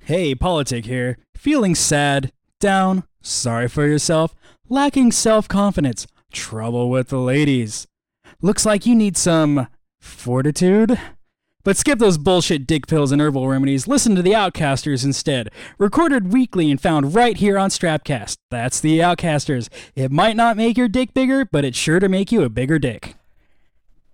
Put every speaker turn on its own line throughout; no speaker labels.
Hey, politic here. Feeling sad, down, sorry for yourself, lacking self confidence, trouble with the ladies. Looks like you need some fortitude. But skip those bullshit dick pills and herbal remedies. Listen to The Outcasters instead. Recorded weekly and found right here on Strapcast. That's The Outcasters. It might not make your dick bigger, but it's sure to make you a bigger dick.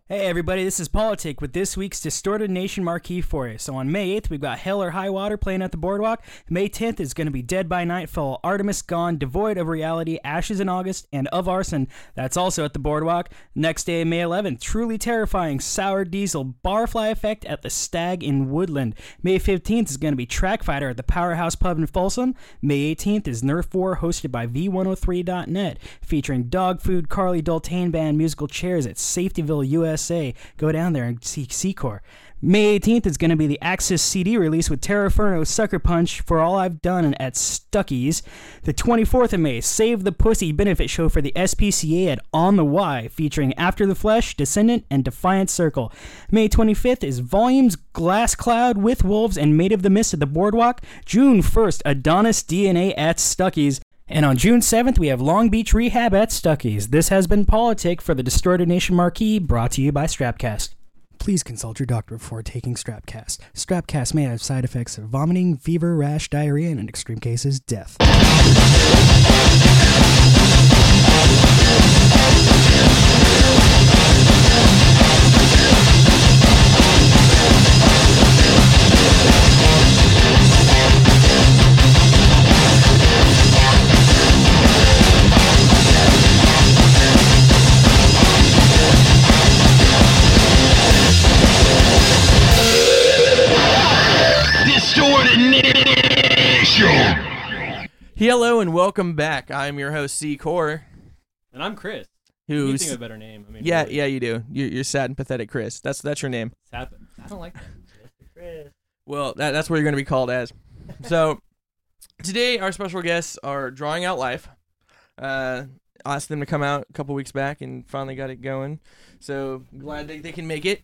Hey everybody, this is Politic with this week's Distorted Nation marquee for you. So on May 8th, we've got Hell or High Water playing at the Boardwalk. May 10th is going to be Dead by Nightfall, Artemis Gone, Devoid of Reality, Ashes in August, and Of Arson. That's also at the Boardwalk. Next day, May 11th, Truly Terrifying, Sour Diesel, Barfly Effect at the Stag in Woodland. May 15th is going to be Track Fighter at the Powerhouse Pub in Folsom. May 18th is Nerf War hosted by V103.net, featuring Dog Food, Carly Doltain Band, musical chairs at Safetyville, USA. Go down there and see Secor. May 18th is going to be the Axis CD release with Terraferno, Sucker Punch, For All I've Done at Stuckies. The 24th of May, Save the Pussy benefit show for the SPCA at On the Y, featuring After the Flesh, Descendant, and Defiant Circle. May 25th is Volumes, Glass Cloud, With Wolves, and Maid of the Mist at the Boardwalk. June 1st, Adonis DNA at Stuckies. And on June 7th, we have Long Beach Rehab at Stuckey's. This has been Politic for the Distorted Nation Marquee, brought to you by Strapcast. Please consult your doctor before taking Strapcast. Strapcast may have side effects of vomiting, fever, rash, diarrhea, and in extreme cases, death.
Distorted Nation.
Hello and welcome back. I'm your host C Core.
And I'm Chris. you think
Who's
of a better name? I mean,
yeah,
really,
yeah, you do. You're, you're sad and pathetic, Chris. That's that's your name.
It's happened. I don't like that.
Well, that, that's what you're gonna be called as. So today our special guests are drawing out life. Uh, I asked them to come out a couple weeks back and finally got it going. So glad they, they can make it.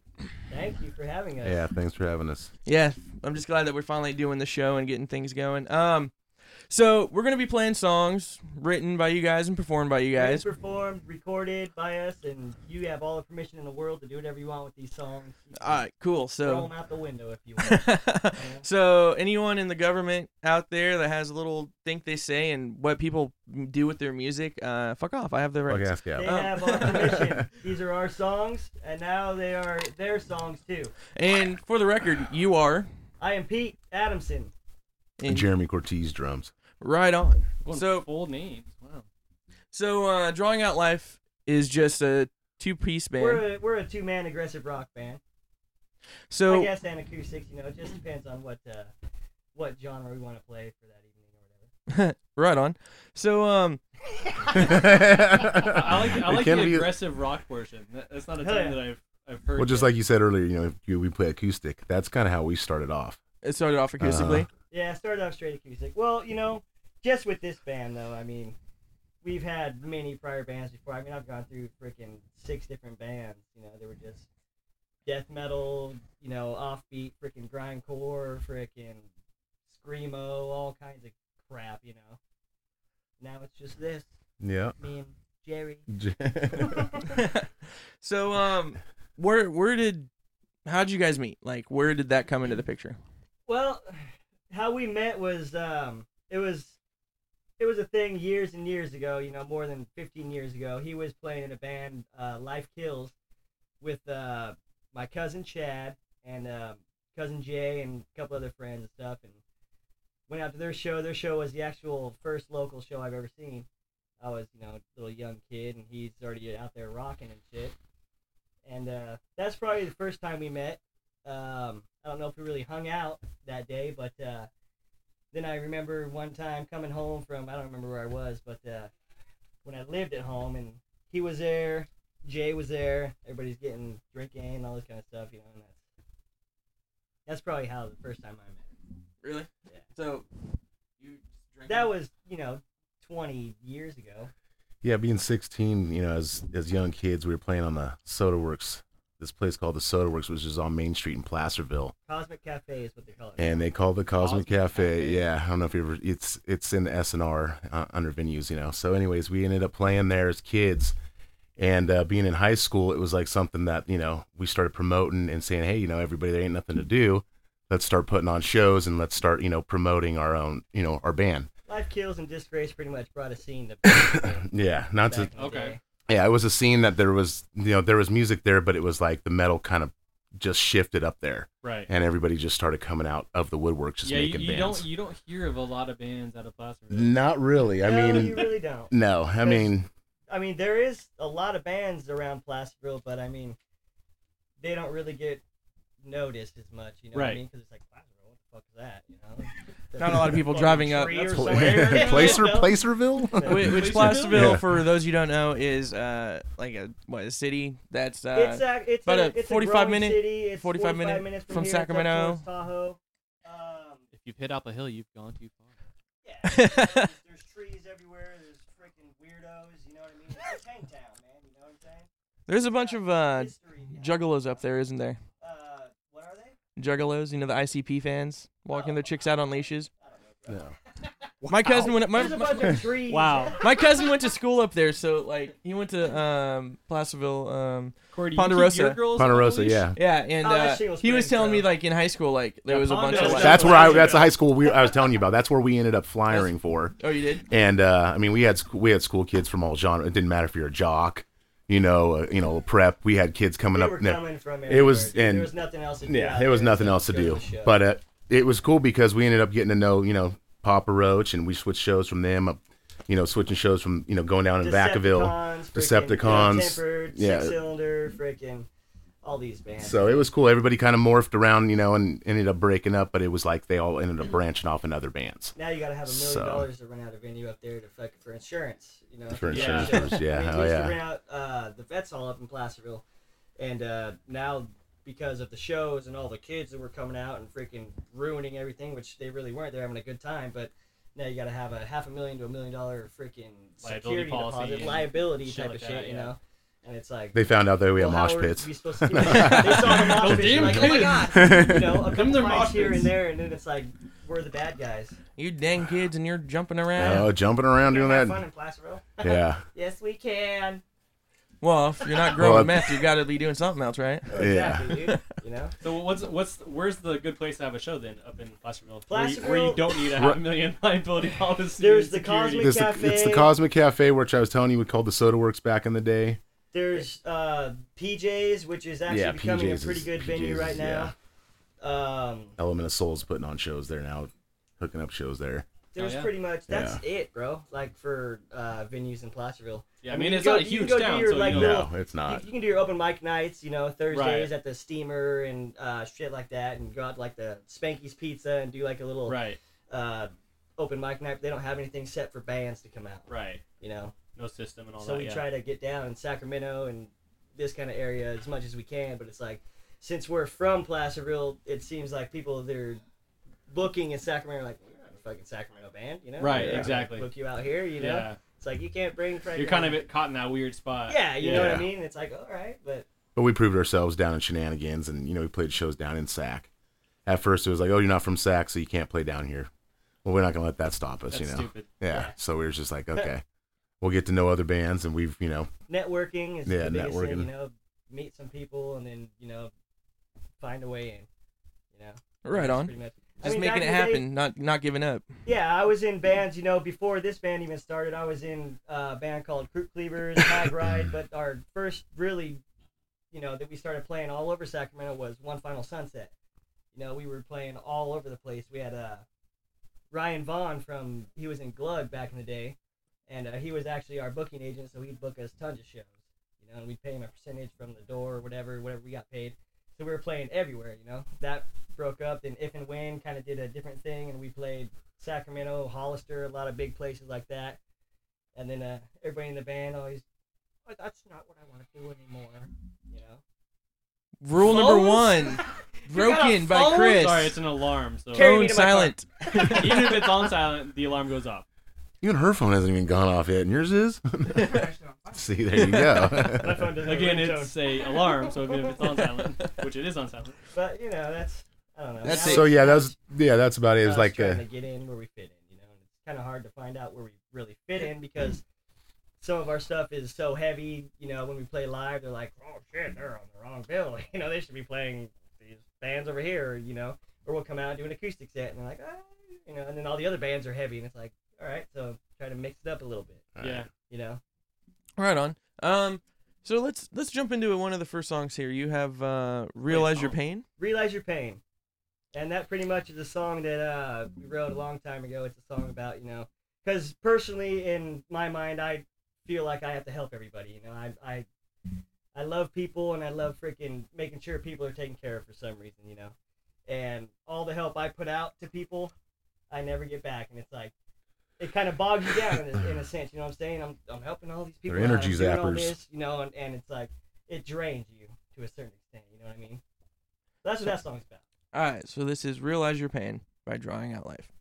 Thank you for having us.
Yeah, thanks for having us.
Yeah, I'm just glad that we're finally doing the show and getting things going. Um, so we're gonna be playing songs written by you guys and performed by you guys.
performed, recorded by us, and you have all the permission in the world to do whatever you want with these songs. You
All right, cool.
can
So
throw them out the window if you want.
so anyone in the government out there that has a little think they say and what people do with their music, uh, fuck off. I have the rights.
Fuck ass
they
yeah.
Oh.
have our permission. These are our songs, and now they are their songs too.
And for the record, you are
I am Pete Adamson.
and-
And Jeremy Cortez drums.
right on.
Going
So
full names. Wow.
so uh, drawing out life is just a two piece band.
We're a, we're a two man aggressive rock band. I
So
guess and acoustics. You know, it just depends on what uh, what genre we want to play for that evening or whatever.
right on. So um
I like I
It
like
can
the
be-
aggressive rock portion. That, that's not a
Hell
term
yeah.
that I've I've heard.
Well, just
yet.
like you said earlier, you know, if you, we play acoustic. That's kind of how we started off.
it started off
Uh-huh.
acoustically.
Yeah, I started off straight acoustic. Well, you know, just with this band though, I mean, we've had many prior bands before. I mean, I've gone through freaking six different bands. You know, they were just death metal, you know, offbeat, freaking grindcore, freaking screamo, all kinds of crap. You know. Now it's just this,
Yeah.
me and Jerry.
so um where where did how'd you guys meet? Like where did that come into the picture?
Well, how we met was um, it was it was a thing years and years ago. You know, more than fifteen years ago. He was playing in a band, uh, Life Kills, with uh, my cousin Chad and um cousin Jay and a couple other friends and stuff, and went out to their show. Their show was the actual first local show I've ever seen. I was, you know, a little young kid, and he's already out there rocking and shit. And uh, that's probably the first time we met. Um, I don't know if we really hung out that day, but uh, then I remember one time coming home from I don't remember where I was, but uh, when I lived at home and he was there, Jay was there, everybody's getting drinking and all this kind of stuff, you know. And that's that's probably how the first time I met.
Really?
Yeah.
So you drank
That was you know twenty years ago.
yeah, being 16, you know, as as young kids, we were playing on the Soda Works, this place called the Soda Works, which is on Main Street in Placerville,
Cosmic Cafe is what they call it.
and they call the Cosmic
Cosmic
Cafe.
Cafe.
Yeah, I don't know if you ever. It's it's in the S and R uh, under venues, you know. So, anyways, we ended up playing there as kids, and uh, being in high school, it was like something that you know we started promoting and saying, hey, you know, everybody, there ain't nothing to do. Let's start putting on shows and let's start, you know, promoting our own, you know, our band.
Life Kills and Disgrace pretty much brought a scene to back
Yeah, not to
in the
Okay.
day.
yeah, it was a scene that there was, you know, there was music there, but it was like the metal kind of just shifted up there,
Right.
and everybody just started coming out of the woodworks, just
yeah, you,
making
you
bands.
don't you don't hear of a lot of bands out of Placerville.
Not really. I
no,
mean,
you really don't.
no. I mean,
I mean, there is a lot of bands around Placerville, but I mean, they don't really get noticed as much. You know what I
Right.
mean? Because it's like Placerville, what the fuck is that? You know,
Not a lot of people
Fucking
driving up.
tree
That's
or
hilarious.
something. Yeah,
Placer,
yeah.
Placerville.
Whi- Which
Placerville?
Placerville,
Yeah.
for those you don't know, is uh like a what a city that's uh
It's a it's
about
a,
a
it's
45
growing
minute-
city. It's
45 minute
minutes from,
from
here. It's up
Sacramento.
towards Tahoe. Um,
If you've hit up a hill, you've gone too far.
yeah, there's, there's trees everywhere. There's freaking weirdos. You know what I mean? It's Hangtown, man. You know what I'm saying?
there's a bunch of uh
History, yeah.
juggalos up there, isn't there?
Uh, what are they?
Juggalos, you know the ICP fans walking their chicks out on leashes.
no.
My cousin went my,
There's a
my,
bunch of trees.
Wow.
my cousin went to school up there, so like he went to um Placerville um
Corey, do
Ponderosa.
You keep your girls on the
Ponderosa.
leash?
Yeah,
yeah, and
Oh, that shit
uh,
was
he was
great,
telling me
bro.
like in high school like there
Yeah,
was a bunch of
Ponderosa.
like
that's where I. That's the high school we. I was telling you about. That's where we ended up flying for.
oh you did
And uh, I mean, we had sc- we had school kids from all genres. It didn't matter if you're a jock, you know, uh, you know, prep. We had kids coming
They
up.
were
no.
coming from
It was-
everywhere, dude.
and-
there was nothing else to do.
Yeah,
out
there was
there
nothing
except
else to
go
do.
the show.
But uh, it was cool because we ended up getting to know, you know, Papa Roach, and we switched shows from them. Up, you know, switching shows from you know going down in Vacaville.
Decepticons,
Decepticons, yeah.
yeah, cylinder, freaking all these bands.
So it was cool. Everybody kind of morphed around, you know, and ended up breaking up. But it was like they all ended up branching off in other bands.
now you gotta have a million
so-
dollars to rent out a venue up there to fuck for insurance. You know,
For
Yeah.
insurance
Yeah.
purposes. yeah,
I mean,
hell
we used to
yeah.
rent out uh, the vets hall up in Placerville, and uh, now because of the shows and all the kids that were coming out and freaking ruining everything, which they really weren't. They're having a good time, but now you got to have a half a million to a million dollar freaking security
policy
deposit
and
liability
shit
type
like
of
that,
shit, you
yeah.
know. And it's like
They found out that we had
well,
mosh
how are
pits.
we supposed to do that? they saw the mosh
Those
pits.
damn
Like, oh my god! You know, a couple
they're
fights
mosh
here and
pits.
there, and then it's like we're the bad guys.
you dang kids and you're jumping around.
Oh, jumping around doing
Can we have Fun
that.
in Placerville?
Yeah,
Yes, we can.
Well, if you're not
Well, I-
growing meth, you got to be doing something else, right?
yeah.
Exactly, dude. You know.
So what's what's where's the good place to have a show then up in Placerville? Where, you, where
Placerville-
you don't need to have a million liability policy.
There's
and
the
security.
Cosmic-
There's the- it's the
Cafe.
Cosmic Cafe, which I was telling you we called the Soda Works back in the day.
There's uh, PJs, which is actually
Yeah,
becoming
PJs
a pretty
is-
good venue
PJs
right
is-
now. Um,
Element of Soul's putting on shows there now, hooking up shows there.
there's
Oh, yeah.
pretty much that's it, bro. Like for uh, venues in Placerville.
Yeah, I mean
you
it's
go-
not a
you
huge
go do
town,
your,
so
like,
you know.
little-
No, it's
You,
not.
you can do your open mic nights, you know, Thursdays at the Steamer and uh, shit like that, and go out to, like the Spanky's Pizza and do like a little
Right,
uh, open mic night. They don't have anything set for bands to come out,
right.
you know.
No system and all
so
that.
we
yeah.
try to get down in Sacramento and this kind of area as much as we can. But it's like, since we're from Placerville, it seems like people that are booking in Sacramento are like, "You're not a fucking Sacramento band, you know?
Right,
We're not
exactly.
gonna Book you out here, you know?
yeah,
It's like you can't bring.
you're kind of caught in that weird spot.
Yeah, you
yeah.
know what
Yeah.
I mean. It's like, all right, but
But we proved ourselves down in Shenanigans, and you know we played shows down in Sac. At first, it was like, oh, you're not from Sac, so you can't play down here. Well, we're not gonna let that stop us,
That's
you know.
stupid.
Yeah. So we were just like, okay, we'll get to know other bands, and we've, you know,
networking is
Yeah,
the biggest thing.
networking.
You know, meet some people and then you know, find a way in. You know,
Right
That's
on.
pretty much- I
Just
mean, back
making it
in the day-
happen, not not giving up.
Yeah, I was in bands, you know, before this band even started, I was in uh, a band called Group Cleavers, Hag Ride, but our first really, you know, that we started playing all over Sacramento was One Final Sunset. You know, we were playing all over the place. We had uh, Ryan Vaughn from, he was in Glug back in the day, and uh, he was actually our booking agent, so he'd book us tons of shows, you know, and we'd pay him a percentage from the door or whatever, whatever we got paid. So we were playing everywhere, you know. That broke up, then If and When kind of did a different thing, and we played Sacramento, Hollister, a lot of big places like that. And then uh, everybody in the band always, oh, that's not what I want to do anymore. You know,
Rule number one, broken by Chris.
Sorry, it's an alarm. So
Carry me
Phone
to my car.
silent.
even if it's on silent, the alarm goes off.
Even her phone hasn't even gone off yet, and yours is. See, there you
My
go.
phone doesn't
Again,
ring,
it's a alarm, so even if it's on silent, which it is on silent,
But you know, that's I don't know.
That's
Now
it.
so yeah, that was yeah, that's about it. It was
us
like
trying
uh
to get in where we fit in, you know. And it's kind of hard to find out where we really fit in because some of our stuff is so heavy. You know, when we play live, they're like, "Oh shit, they're on the wrong bill." You know, they should be playing these bands over here. You know, or we'll come out and do an acoustic set, and they're like, ah, you know, and then all the other bands are heavy, and it's like, all right, so try to mix it up a little bit.
yeah.
You know,
Right on. Um, so let's let's jump into one of the first songs here. You have uh, "Realize Your Pain."
realize your pain and that pretty much is a song that uh, we wrote a long time ago it's a song about you know because personally in my mind i feel like i have to help everybody you know i i, I love people and i love freaking making sure people are taken care of for some reason you know and all the help i put out to people i never get back and it's like it kind of bogs you down in a, in a sense you know what i'm saying i'm, I'm helping all these people
They're
out, I'm
energy
doing all
zappers.
this, you know and, and it's like it drains you to a certain extent you know what i mean that's what that song's about
All right. So this is "Realize Your Pain" by Drawing Out Life.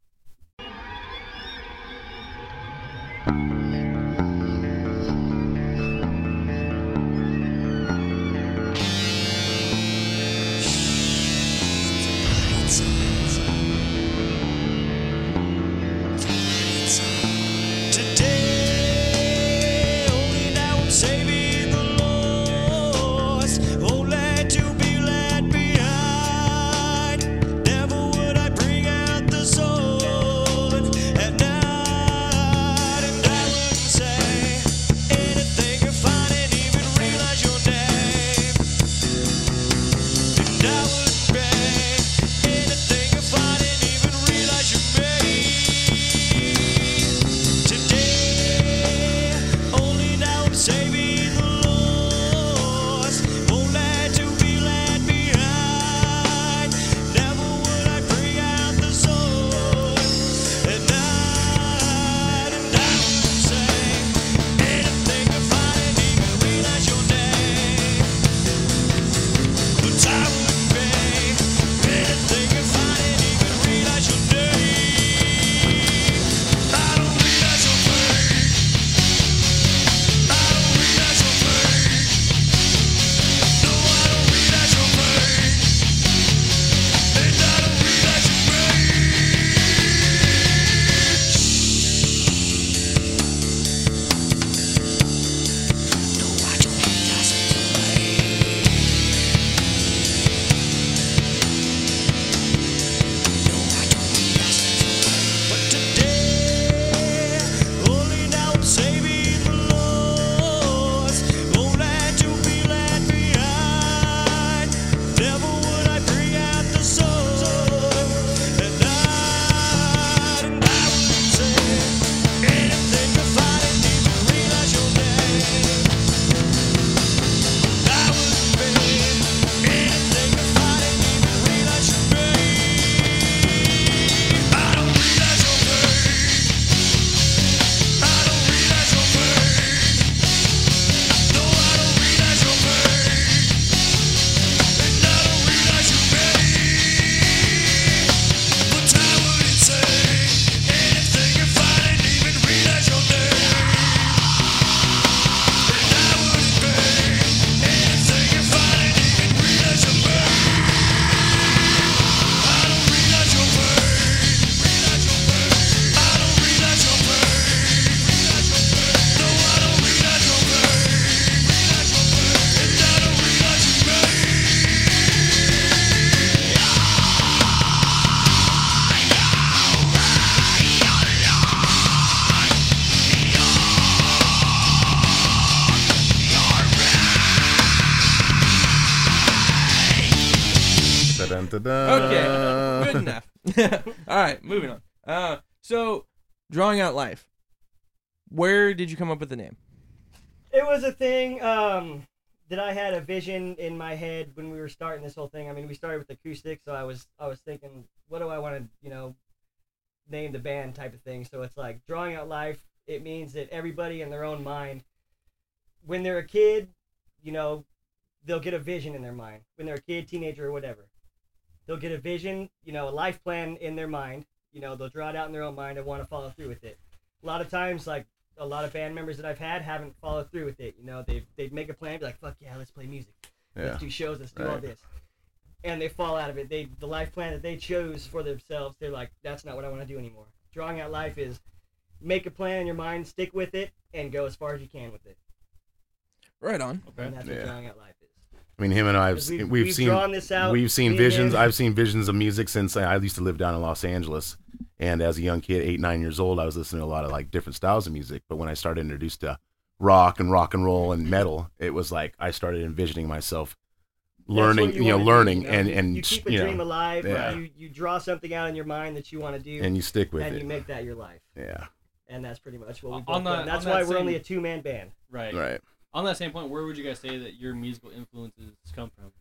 Today, only now I'm saving the lost. Won't let you be led behind. Never would I bring out the soul at night, and I wouldn't say anything if I didn't even realize your name. And I wouldn't pay anything if I didn't even realize your name. Today, only now I'm saving the lost. Won't let you be led behind. Never would I bring out the soul at night. And I would say anything if I didn't even realize your name. But I would pay anything if I didn't even realize your name. I don't realize your pain. I don't realize your pain. No, I don't realize your pain. And I don't realize your pain. No, I don't realize your pain. No, I don't realize your pain. But today, only now I'm saving the lost. Won't let you be led behind. Never would I bring out the soul at night, and I would say anything if I didn't even realize your name. I would pay anything if I didn't even realize your name. I don't realize your name. I don't realize your name. No, I don't realize your name. And I don't realize your name. But I wouldn't say anything if I didn't even realize your name. And I wouldn't pay anything if I didn't even realize your name. I don't realize your pain. I don't realize your pain. No, I don't realize your pain. And I don't realize your pain.
Dun, dun, dun.
Okay.
Uh.
Good enough. All right. Moving on. Uh, so Drawing Out Life. Where did you come up with the name?
it was a thing um, that I had a vision in my head when we were starting this whole thing. I mean, we started with acoustic, so I was I was thinking, what do I want to you know name the band type of thing. So it's like drawing out life. It means that everybody in their own mind, when they're a kid, you know, they'll get a vision in their mind. When they're a kid, teenager, or whatever, they'll get a vision, you know, a life plan in their mind. You know, they'll draw it out in their own mind and want to follow through with it. a lot of times, like a lot of band members that I've had haven't followed through with it. You know, they they make a plan, be like, "Fuck yeah, let's play music,
Yeah.
let's do shows, let's do all
Right.
this," and they fall out of it. They the life plan that they chose for themselves, they're like, "That's not what I want to do anymore." Drawing out life is make a plan in your mind, stick with it, and go as far as you can with it.
Right on.
And that's
Yeah.
what drawing out life is.
I mean, him and I have
'Cause
seen,
we've-
we've,
we've
seen
drawn this out,
we've seen
me and
visions.
him.
I've seen visions of music since I I used to live down in Los Angeles, and as a young kid, eight nine years old, I was listening to a lot of like different styles of music. But when I started introduced to rock and rock and roll and metal, it was like I started envisioning myself
That's what
learning, you, know,
wanna do,
learning
you know?
and
You-
and
you keep a
you know,
dream alive.
yeah.
Or you you draw something out in your mind that you want to do,
and you stick with
and
it.
you make that your life.
yeah,
And that's pretty much what we've done.
On that-
That's
on that
why we're
same-
only a two man band.
Right.
right.
On that same point, where would you guys say that your musical influences come from?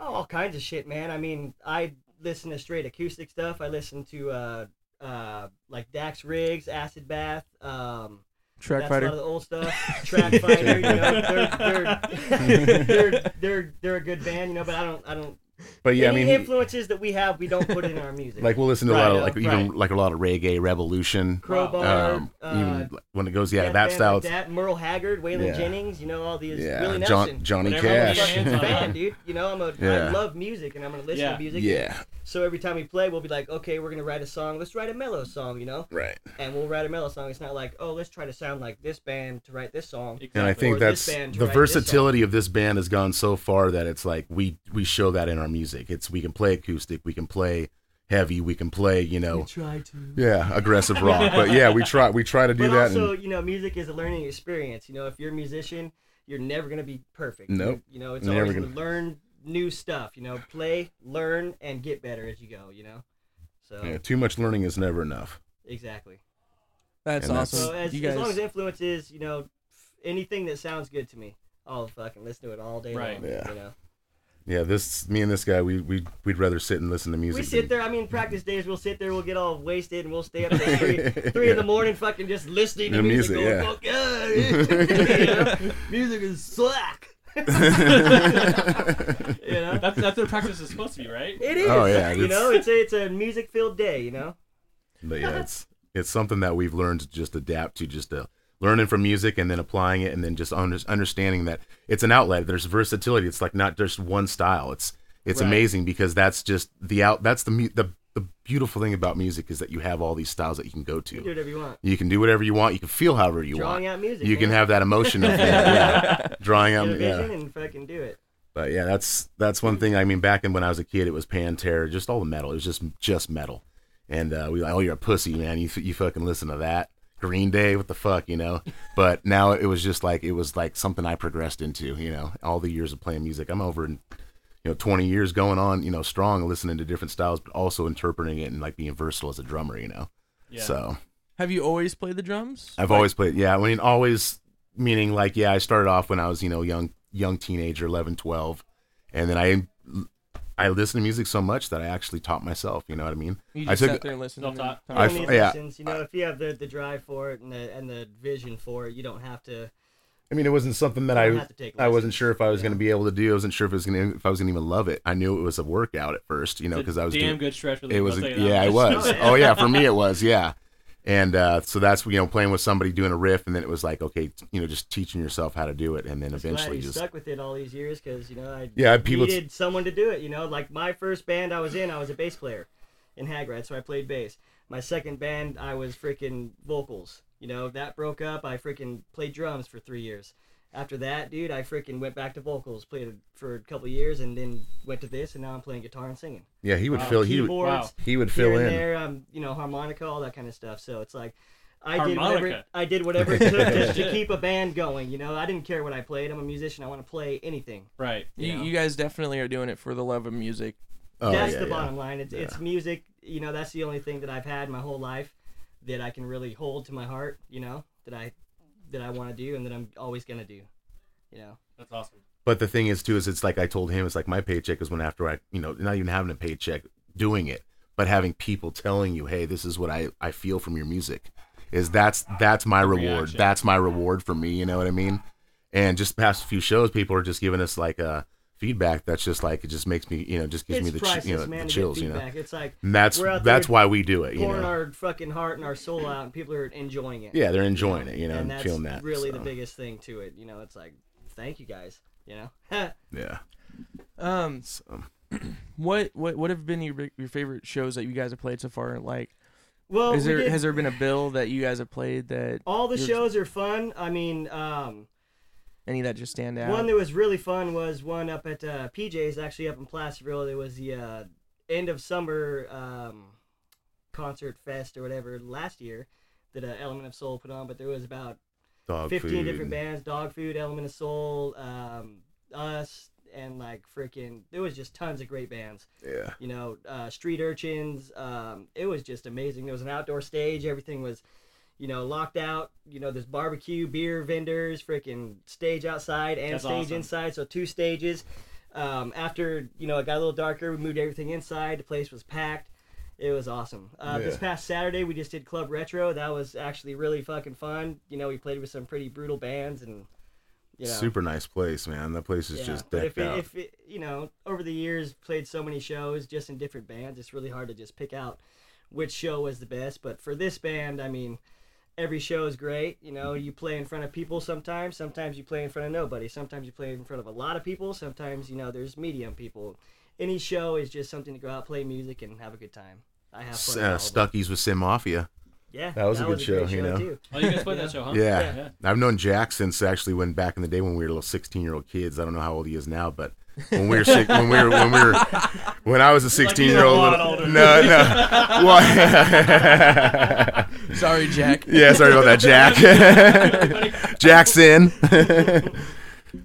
Oh, all kinds of shit, man. I mean, I listen to straight acoustic stuff. I listen to uh, uh, like Dax Riggs, Acid Bath. Um,
Track
that's a lot
fighter.
of the old stuff. Track Fighter, you know, they're, they're, they're, they're, they're a good band, you know. But I don't, I don't.
But yeah,
any
I mean, he-
influences that we have, we don't put in our music.
like we'll listen to a
Right,
lot of
uh,
like even
right.
like a lot of reggae revolution.
Crowbar,
Um,
uh,
even like, when it goes yeah,
death
that
bands
style.
like that, Merle Haggard, Waylon
Yeah.
Jennings, you know, all these.
yeah,
Willie
John,
Nelson.
Johnny
Whatever I wanna
Cash.
get my
Fucking
hands
fan, dude. You know, I'm a. I
Yeah.
love music, and I'm gonna listen
Yeah.
to music.
yeah,
So every time we play, we'll be like, okay, we're gonna write a song. Let's write a mellow song, you know,
right.
and we'll write a mellow song. It's not like, oh, let's try to sound like this band to write this song.
And I think
Or
that's
this band to
the
write this
versatility of this band has gone so far that it's like we we show that in our music. It's we can play acoustic, we can play heavy, we can play you know
Try to.
yeah aggressive rock. but yeah, we try we try to do
But
that.
also,
and,
you know, music is a learning experience. You know, if you're a musician, you're never gonna be perfect.
Nope.
You know, it's
Never
always
gonna-
gonna learn new stuff. You know, play, learn, and get better as you go. You know, so
yeah, too much learning is never enough.
exactly.
That's
and that's-
awesome.
So as,
you guys.
as long as influence is, you know, anything that sounds good to me, I'll fucking listen to it all day
Right.
long.
Yeah.
You know.
Yeah, this me and this guy we we we'd rather sit and listen to music.
We sit
than-
there. I mean, practice days, we'll sit there, we'll get all wasted, and we'll stay up till three, three in the morning, fucking just listening
The
to music.
music,
going, Fuck yeah, you know? music is slack. you know,
That's that's what practice is supposed to be, right?
it is.
Oh, yeah,
you
it's-
know, it's a it's a music filled day. You know,
But yeah, it's it's something that we've learned to just adapt to, just to learning from music and then applying it, and then just under, understanding that it's an outlet. There's versatility. It's like not just one style. It's it's
Right.
amazing because that's just the out. That's the mu- the the beautiful thing about music is that you have all these styles that you can go
you can do
to.
whatever you want.
You can do whatever you want. You can feel however you
Drawing
want.
out music.
You can
man.
have that emotion of yeah, yeah. drawing out.
Get a
Um, Yeah.
vision and fucking do it.
But yeah, that's that's one thing. I mean, back in when I was a kid, it was Pantera, just all the metal. It was just just metal, and uh, we were like, oh, you're a pussy, man. You you fucking listen to that Green Day, what the fuck, you know? But now it was just like it was like something I progressed into, you know. All the years of playing music, I'm over, in, you know, 20 years going on, you know, strong, listening to different styles, but also interpreting it and like being versatile as a drummer, you know.
Yeah.
So
Have you always played the drums?
I've
Like,
always played. Yeah, I mean, always meaning like yeah, I started off when I was you know young young teenager, 11, 12, and then I I listened to music so much that I actually taught myself. You know what I mean?
You
I
just
took
sat there and listened. and
Self-taught.
You
then-
don't
I f-
need
yeah.
lessons. You know, if you have the, the drive for it and the and the vision for it, you don't have to.
I mean, it wasn't something that
You
I
don't have to take
I wasn't
lessons.
sure if I was
Yeah.
going to be able to do. I wasn't sure if it was going to if I was going to even love it. I knew it was a workout at first, you know,
It's a
because I was
damn
doing,
good stretch. For the
it was
I'll tell you that
yeah, it
much.
was. oh yeah, for me it was yeah. And uh, so that's you know playing with somebody doing a riff, and then it was like okay, t- you know, just teaching yourself how to do it, and then
Just
eventually
glad you
just
stuck with it all these years because you know I
Yeah, I had people-
needed someone to do it. You know, like my first band I was in, I was a bass player in Hagrad, so I played bass. My second band, I was freaking vocals. You know, that broke up. I freaking played drums for three years. After that, dude, I freaking went back to vocals, played for a couple years, and then went to this, and now I'm playing guitar and singing.
yeah, he would fill he would,
Keyboards,
Wow.
he would
here
fill
and
in.
there, um, you know, harmonica, all that kind of stuff. So it's like, I did whatever
Harmonica.
I did whatever it took just to
Yeah.
keep a band going. You know, I didn't care what I played. I'm a musician. I want to play anything.
Right.
You
You,
know?
you guys definitely are doing it for the love of music.
Oh,
that's
yeah,
the
yeah.
bottom line. It's it's music. You know, that's the only thing that I've had my whole life that I can really hold to my heart. You know, that I that I want to do and that I'm always gonna do. You know,
That's awesome.
But the thing is, too, is it's like I told him, it's like my paycheck is when after I, you know, not even having a paycheck, doing it, but having people telling you, hey, this is what I I feel from your music, is that's that's my reward.
reaction.
That's my reward for me. You know what I mean? And just past few shows, people are just giving us like a. feedback that's just like it just makes me you know just gives
it's
me the
priceless,
ch- you know
man. to
the
get
chills you know
feedback. It's like
and that's
We're out
that's
there
why we do it you
pouring
know
our fucking heart and our soul out, and people are enjoying it.
yeah they're enjoying it you know
and
and,
that's
feeling that
really the
so,
biggest thing to it. You know, it's like, thank you guys. You know,
yeah
Um,
so,
what what what have been your big- your favorite shows that you guys have played so far? Like,
well,
is
Oh, we
there
did-
has there been a bill that you guys have played that
all the
you're-
shows are fun. I mean, um,
any that just stand out?
One that was really fun was one up at uh, PJ's, actually up in Placerville. It was the uh, end of summer um, concert fest or whatever last year that uh, Element of Soul put on, but there was about
dog
15
food
different
and-
bands Dog Food, Element of Soul, um, us, and like freaking, there was just tons of great bands.
yeah
You know, uh, Street Urchins. Um, it was just amazing. There was an outdoor stage, everything was you know, locked out. You know, there's barbecue, beer vendors, freaking stage outside and
That's
stage
awesome.
inside. So two stages. Um, after you know it got a little darker, we moved everything inside. The place was packed. It was awesome. Uh, This
Yeah.
past Saturday, we just did Club Retro. That was actually really fucking fun. You know, we played with some pretty brutal bands and you know,
super nice place man that place is
yeah.
just
but
decked
if it,
out
if it, you know over the years played so many shows just in different bands it's really hard to just pick out which show was the best but for this band i mean every show is great you know you play in front of people sometimes sometimes you play in front of nobody sometimes you play in front of a lot of people sometimes you know there's medium people any show is just something to go out play music and have a good time i have
S-
fun at all
uh,
of them.
Stuckies with Sim Mafia.
yeah
that was a good
great
show, you know.
too.
Oh, you guys played that show, huh?
Yeah.
yeah.
I've known Jack since actually when back in the day when we were little sixteen-year-old kids. I don't know how old he is now, but when we were six, when we were when we were when I was a sixteen-year-old,
lot
little,
older.
no, no, well,
Sorry, Jack.
yeah, sorry about that, Jack. Jackson.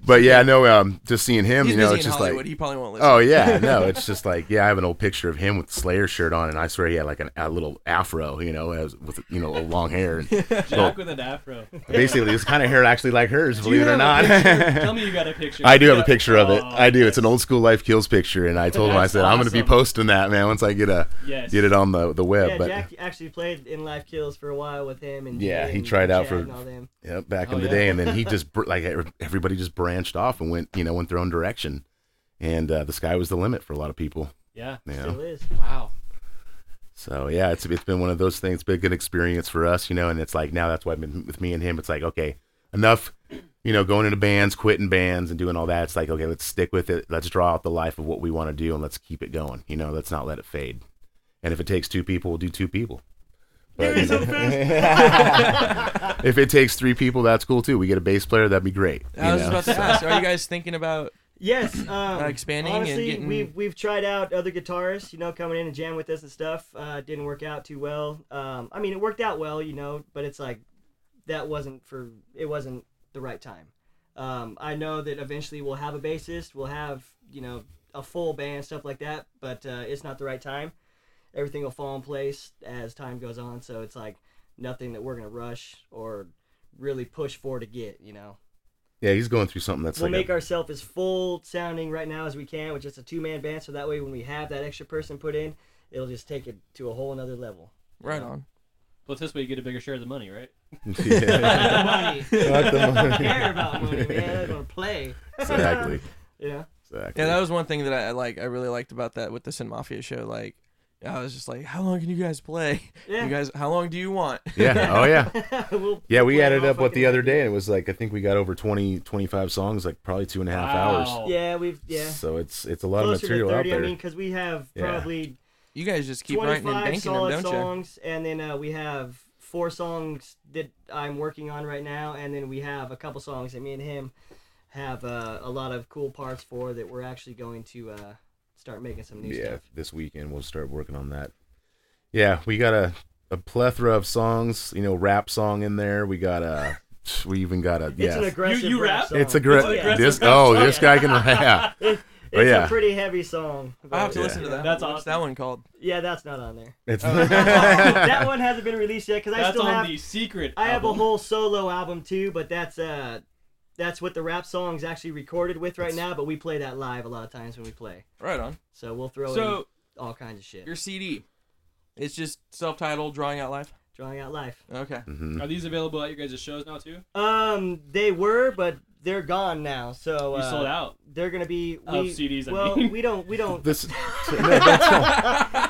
but yeah, no, um, just seeing him,
He's
you know,
busy
it's
in
just
Hollywood.
like
he probably won't listen.
Oh yeah, no, it's just like yeah, I have an old picture of him with the Slayer shirt on, and I swear he had like an, a little afro, you know, as, with you know long hair. And
Jack with an afro.
basically, this kind of hair actually like hers, believe it or not.
Tell me you got a picture.
I do have a picture of it.
Oh,
I do. It's an old school life kills picture, and I told him I
That's
said I'm going to be
awesome.
posting that man once I get a
Yes.
get it on the the web.
yeah,
but
Jack actually played in Life Kills for a while with him, and
Yeah,
Jay
he
and
tried out
Chad
for-
and all them.
yep, back
Oh,
in the
yeah.
day, and then he just br- like everybody just branched off and went you know went their own direction, and uh, the sky was the limit for a lot of people.
Yeah.
You know?
Still is.
Wow.
So yeah, it's it's been one of those things. It's been a good experience for us, you know. And it's like now that's why I've been with me and him. It's like okay, enough, you know, going into bands, quitting bands, and doing all that. It's like okay, let's stick with it. Let's draw out the life of what we want to do, and let's keep it going. You know, let's not let it fade. And if it takes two people, we'll do two people. But, you know, if it takes three people, that's cool too. We get a bass player, that'd be great.
I
you
was
know?
about to ask. Are you guys thinking about?
Yes, um,
expanding and
honestly,
getting-
we've we've tried out other guitarists, you know, coming in and jam with us and stuff. Uh, didn't work out too well. Um, I mean, it worked out well, you know, but it's like that wasn't for it wasn't the right time. Um, I know that eventually we'll have a bassist, we'll have you know a full band stuff like that, but uh, it's not the right time. Everything will fall in place as time goes on, so it's like nothing that we're gonna rush or really push for to get, you know
yeah, he's going through something that's
we'll
like
make ourselves as full sounding right now as we can with just a two man band. So that way, when we have that extra person put in, it'll just take it to a whole another level.
Right on.
Plus, this way you get a bigger share of the money, right?
a, yeah,
money.
not the money.
care about money, man. I don't play.
exactly,
Yeah.
exactly.
Yeah, that was one thing that I like. I really liked about that with the Sin Mafia show. Like, I was just like, how long can you guys play?
Yeah.
You guys, how long do you want?
yeah. Oh yeah.
We'll-
Yeah, we
we'll
added
all
up what
fucking
the other
like
day, and it was like I think we got over 20, 25 songs, like probably two and a half hours.
Wow.
it. Yeah, we've yeah.
So it's it's a lot
Closer
of material
to
out
30,
there.
I mean, because we have
Yeah.
probably
You guys just keep writing and
25
banking them,
solid
don't you?
songs, and then uh, we have four songs that I'm working on right now, and then we have a couple songs that me and him have uh, a lot of cool parts for that we're actually going to uh, start making some new
yeah,
stuff.
this weekend we'll start working on that. Yeah, we got a a plethora of songs. You know, rap song in there. We got a. We even got a.
It's an
Yeah.
aggressive
You- you
rap
rap?
song.
It's a great.
Oh, yeah.
This oh, this guy can rap.
It's
yeah.
a pretty heavy song.
I have
but-
to listen to that.
That's
What's
awesome.
that one called?
Yeah, that's not on there.
It's
that one hasn't been released yet because I
That's
still
on
have
the secret.
I have a
album.
whole solo album too, but that's uh that's what the rap song's actually recorded with right now, but we play that live a lot of times when we play.
Right on.
So we'll throw in
So
all kinds of shit.
your CD, it's just self-titled, drawing out life.
Drawing out life.
Okay.
Mhm.
Are these available at your guys' shows now too?
Um, they were, but they're gone now. So
You
uh,
sold out.
They're gonna be
Of
we-
CDs, I
Well,
mean.
we don't we don't
This, so, no, that's all.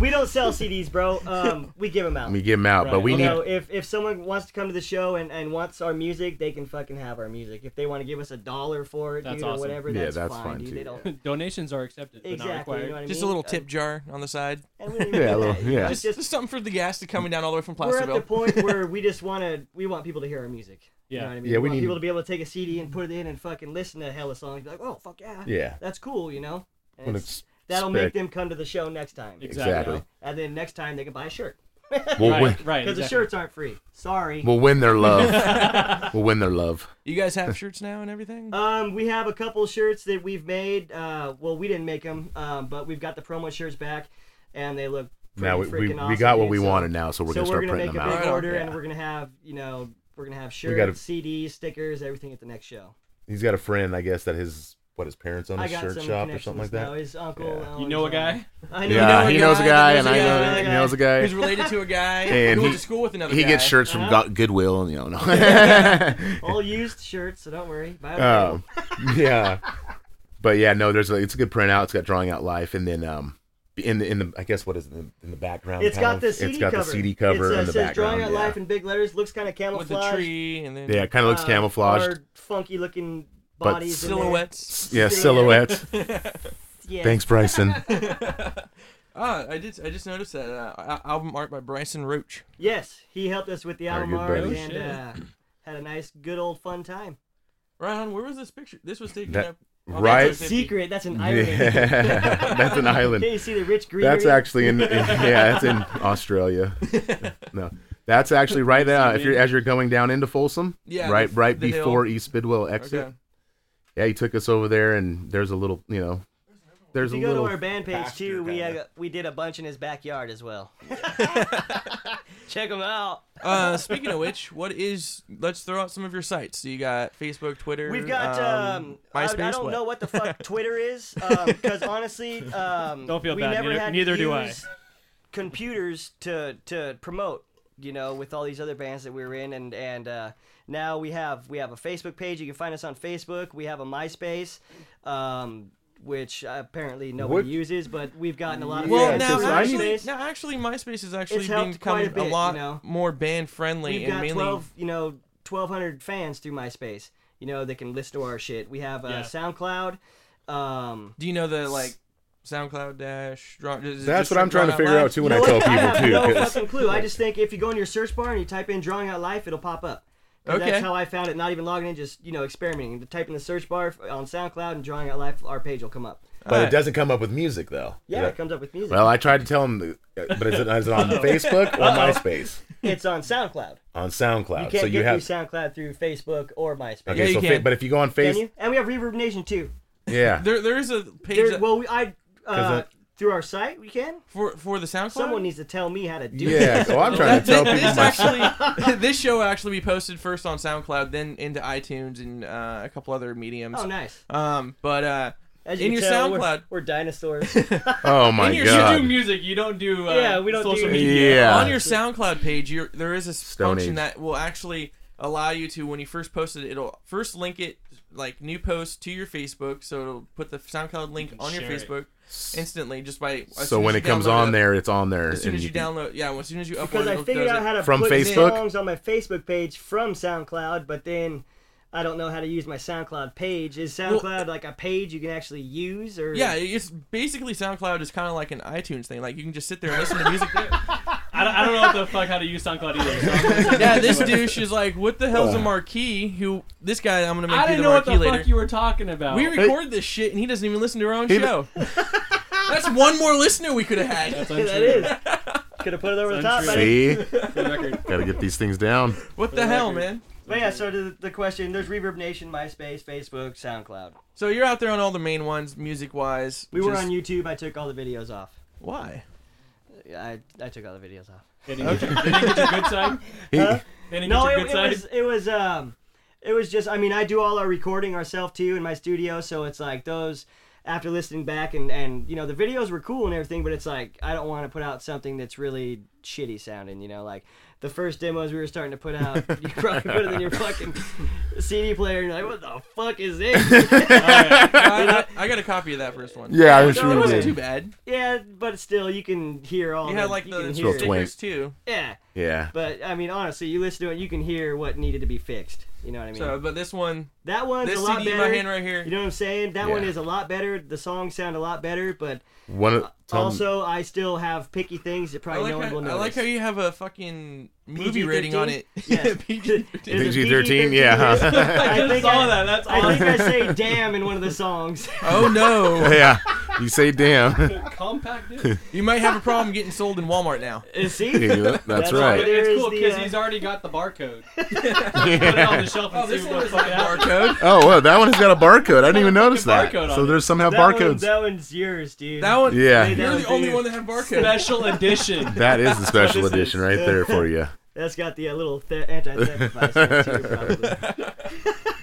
we don't sell CDs, bro. Um, we give them out.
We get them out, but
Right.
we
you
need.
know, if, if someone wants to come to the show and, and wants our music, they can fucking have our music. If they want to give us a dollar for it,
That's
dude, or
awesome.
whatever,
Yeah,
that's,
that's
fine,
fine,
dude.
too,
They
yeah.
don't
Donations are accepted, but not
exactly.
required.
You know what I mean?
Just a little
Uh,
tip jar on the side.
and we don't even
Yeah, a
do
little-
that.
yeah.
It's
Just,
just-
something for the gas to coming down all the way from
we're at the
Placerville.
point where we just want to we want people to hear our music. You
Yeah.
know what I mean?
Yeah,
we,
we
want
need-
people to be able to take a CD and put it in and fucking listen to hella songs. Be like, oh fuck yeah,
Yeah.
that's cool. You know, And
When
it's-
it's
that'll
spec-
make them come to the show next time,
Exactly.
Exactly.
and then next time they can buy a shirt
We'll
Right,
win.
right.
because
Exactly.
the shirts aren't free. Sorry.
We'll win their love. we'll win their love.
you guys have shirts now and everything?
Um, we have a couple shirts that we've made. Uh, well, we didn't make them, um, but we've got the promo shirts back, and they look pretty
Now we,
freaking
we,
awesome.
we got what
dude.
we
so,
wanted now, so we're
so
gonna
we're
start
gonna
printing
make
them
a big
out.
Right on,
order, and
yeah.
we're gonna have you know we're gonna have shirts,
gotta-
CDs, stickers, everything at the next show.
He's got a friend, I guess, that his what his parents own
I
a
got
shirt
some
shop or
connections
something like
Now.
that.
His uncle.
Yeah.
uh,
You know a
his, uh,
guy?
I know
Yeah,
a
he
guy.
knows a guy, and I
that
know
knows a
he
guy.
knows a guy.
Who's related to a guy
And
who went
he-
to school with another
He
guy.
gets shirts from
Uh-huh.
Go- Goodwill, and, you know. No.
All used shirts, so don't worry. Buy them.
um, yeah, but yeah, no, there's a, it's a good printout. It's got drawing out life, and then um, in the in the I guess what is it, in the, in the background?
it's
kind
got
of?
the CD
It's got
cover.
the CD
It
cover in the
says
background.
"Drawing Out
yeah.
Life" in big letters. Looks kind of
with the
camouflaged.
tree and then
yeah, it kind of looks
uh,
camouflaged.
Our funky looking
But
bodies. in there.
silhouettes.
yeah, silhouette.
Yeah.
Thanks, Bryson.
Ah, I did. I just noticed that uh, al- album art by Bryson Roach.
Yes, he helped us with the
Our
album
good
art
buddy.
and
Oh, shit.
uh, had a nice, good old fun time.
Right on. Where was this picture? This was taken
That-
up.
right-
that's a 50.
Secret, that's an irony.
Yeah. That's an island.
Can you see the rich greenery?
That's actually in, in- yeah, that's in Australia. No, that's actually right now. If you're as you're going down into Folsom,
Yeah,
right,
the-
right
the hill.
before East Bidwell exit.
Okay.
Yeah, he took us over there, and there's a little, you know, there's
If
a
you go to
little.
our band page
pasture
too, we
kinda.
uh, we did a bunch in his backyard as well. Check him out.
Uh, speaking of which, what is? Let's throw out some of your sites. So you got Facebook, Twitter.
We've got um,
um,
I, I
MySpace.
don't know what the fuck Twitter is because honestly, um,
Don't feel
we
bad,
never
neither-
had
neither
to
do I.
use Computers to to promote, you know, with all these other bands that we were in, and and uh, now we have we have a Facebook page. You can find us on Facebook. We have a MySpace. Um, which apparently nobody
What?
uses, but we've gotten a lot of
Well,
fans
now
through
actually,
MySpace.
now actually, MySpace is actually
It's
being
helped
becoming
quite a bit, you
lot
know.
more band friendly
We've
and
got
mainly.
12, you know, 1,200 fans through MySpace. You know, they can listen to our shit. We have uh,
Yeah.
SoundCloud. Um,
Do you know the like SoundCloud dash? Draw, is it
That's
just
what I'm trying to
Drawn
figure
Live?
out too when
You
I
know
tell
what? have
people too.
no
'cause-
fucking clue. I just think if you go in your search bar and you type in "drawing out life," it'll pop up. 'Cause
Okay.
That's how I found it. Not even logging in, just you know, experimenting. Type in the search bar on SoundCloud and "drawing out life," our page will come up.
but it doesn't come up with music though.
Yeah,
Is
it
that-
comes up with music.
Well, I tried to tell him, uh, but is it, is it on Facebook or MySpace?
it's on SoundCloud.
On SoundCloud.
You can't
Uh, so
get
you have.
through SoundCloud through Facebook or MySpace.
okay,
Yeah, you
so fa-
can.
but if you go on
Can
Facebook,
you? And we have Reverb Nation too.
yeah,
There, there is a page
There-
that-
well, we, I uh,
that-
through our site we can.
for for the SoundCloud.
Someone needs to tell me how to do
yeah.
this.
Oh, I'm
That-
trying to tell
that-
people
this
my
actually, this show will actually be posted first on SoundCloud, then into iTunes and uh, a couple other mediums.
Oh, nice.
Um, but uh,
As
In your
can tell,
SoundCloud.
we're, we're dinosaurs.
Oh my
In your-
You do
god.
music. You don't do. Uh,
Yeah, we don't do-
social media.
Yeah.
on your SoundCloud page, you're, there is a s-
Stone
function
Age.
that will actually allow you to, when you first post it, it'll first link it like new post to your Facebook, so it'll put the SoundCloud link on your
share it.
Facebook instantly, just by. as
so
soon
when
as
it
you
comes
download
on
it.
there, it's on there.
As soon
and
as you
can-
download, yeah, well, as soon as you upload,
because
it,
I
it'll-
figured
does
out
it.
how to
From
put
Facebook?
songs on my Facebook page from SoundCloud, but then I don't know how to use my SoundCloud page. Is SoundCloud like a page you can actually use, or
Yeah, it's basically SoundCloud is kind of like an iTunes thing. Like you can just sit there and listen to music. there.
I don't, I don't know what the fuck how to use SoundCloud either. so I'm gonna-
yeah, this douche is like, what the hell's a marquee? Who this guy? I'm gonna make
I
you
didn't
the
know what
marquee
the
later.
fuck you were talking about.
we record this shit and he doesn't even listen to our own
He-
show. That's one more listener we could have had.
That's untrue.
that is could have put it over the top.
That's
But,
See,
For the record.
gotta get these things down.
What the hell, man?
but yeah, so to the question: There's Reverb Nation, MySpace, Facebook, SoundCloud.
So you're out there on all the main ones, music wise.
We were on YouTube. I took all the videos off.
Why?
I, I took all the videos off.
They didn't get your- they didn't get your good side. They didn't
No,
get
it,
your good
it
side.
was it was um, it was just. I mean, I do all our recording ourselves too in my studio, so it's like those. After listening back and and you know the videos were cool and everything, but it's like I don't want to put out something that's really shitty sounding. You know, like the first demos we were starting to put out, you probably put it in your fucking CD player, and you're like, what the fuck is this?
I, I- I got a copy of that first one.
Yeah, I'm
No,
sure
it
you
wasn't
did.
too bad.
yeah, but still, you can hear all.
You
the,
had like
you
the
can
Still
hear,
twang.
stickers too.
yeah.
Yeah.
But I mean, honestly, you listen to it, you can hear what needed to be fixed. You know what I mean?
So, but this one,
that one's
this
a lot
CD in my
better.
hand right here.
You know what I'm saying? That one
Yeah.
is a lot better. The songs sound a lot better, but
One of- tell 'em-
also I still have picky things
I
that probably
like,
no one
how,
will
I
notice.
like how you have a fucking movie
PG-13?
rating on it.
Yeah.
PG-13.
There's a
PG-13?
PG-13
Yeah. huh?
I
I
think
just saw
I-
that. That's all.
I think I say "damn" in one of the songs.
Oh no!
yeah. You say damn.
compact disc.
You might have a problem getting sold in Walmart now.
See,
Yeah, that's,
right.
right.
There
it's
is
cool
the,
because
uh,
he's already got the barcode. Put it on the
Oh,
shelf and see what fucking happens.
Barcode.
Oh, wow, that one has got a barcode. I didn't even
Fucking
notice that.
barcode on
So
it.
there's somehow
that, one,
barcodes.
that one's yours, dude.
That one.
yeah.
That
You're
one's
the only
yours.
one that had barcode.
Special edition.
That is the special
This is-
edition right there for you.
That's got the uh, little th- anti-theft device on it, too, probably.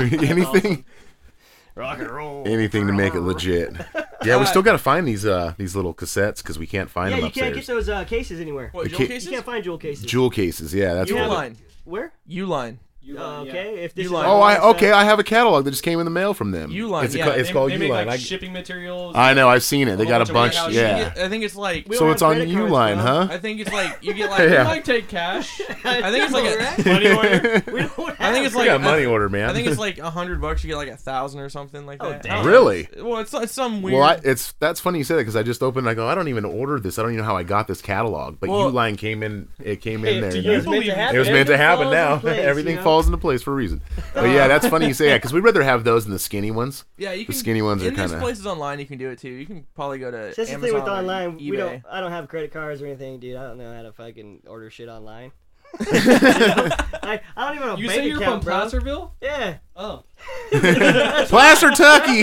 anything,
Rock and roll.
anything to make it legit. Yeah, we still gotta find these uh these little cassettes because we can't find
Yeah,
them
you
upstairs.
can't get those uh, cases anywhere.
What,
The
jewel
kid-
You
cases?
can't find jewel cases.
Jewel cases, yeah, that's
Jewel
what.
line.
Where?
U line.
You,
Uh,
uh, yeah.
okay, if this is
Uline.
on
Oh, I
Walmart,
okay. I have a catalog that just came in the mail from them.
Uline,
It's, a
yeah.
ca- it's
They,
called
they
Uline.
make like
I, Ah,
shipping materials.
I know. I've seen it. They
A
got a
bunch
bunch.
of
Yeah.
I think it's like.
We
So
don't
it's
have
on
credit cards,
Uline,
bro.
huh?
I think it's like you get like.
Yeah.
I might take cash.
I think it's like a.
Money order.
We don't have
I think it's
I
like
got a money
I-
order, man.
I think it's like a hundred bucks. You get like a thousand or something like
Oh,
that.
damn.
really.
Well, it's, it's some weird.
Well, I, it's that's funny you say that because I just opened. And I go, I don't even order this. I don't even know how I got this catalog, but
Well-
Uline came in. It came
Hey,
in there.
to
you
you,
know?
it's meant to happen.
It was meant to
Everything falls
happen now.
into place,
Everything
you know?
falls into place for a reason. But yeah, that's funny you say that because we'd rather have those than the skinny ones.
yeah, you
The
can.
skinny ones are
and there's
kinda-
places online you can do it too. You can probably go to.
See, That's the
Amazon
thing with
or
online.
eBay.
We don't. I don't have credit cards or anything, dude. I don't know how to fucking order shit online. I, I don't even have a
You
bank
say you're
account,
from
bro.
Placerville?
Yeah.
Oh.
Plaster Tucky.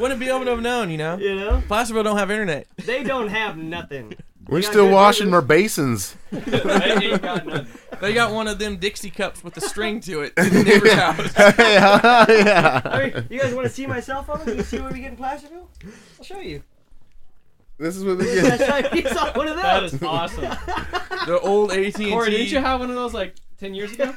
Wouldn't be able to have known, you know.
You know,
Placerville don't have internet.
they don't have nothing.
We're
got
still
good
washing
news.
our basins.
I ain't got none.
They got one of them Dixie cups with a string to it in the neighbor's house.
yeah,
I mean, you guys want to see my cell phone? You see what we get in Placerville? I'll show you.
This is what they
Last
get.
time you saw one of
That
those.
is awesome.
The old AT
Corey, didn't you
and
have one of those like 10 years ago?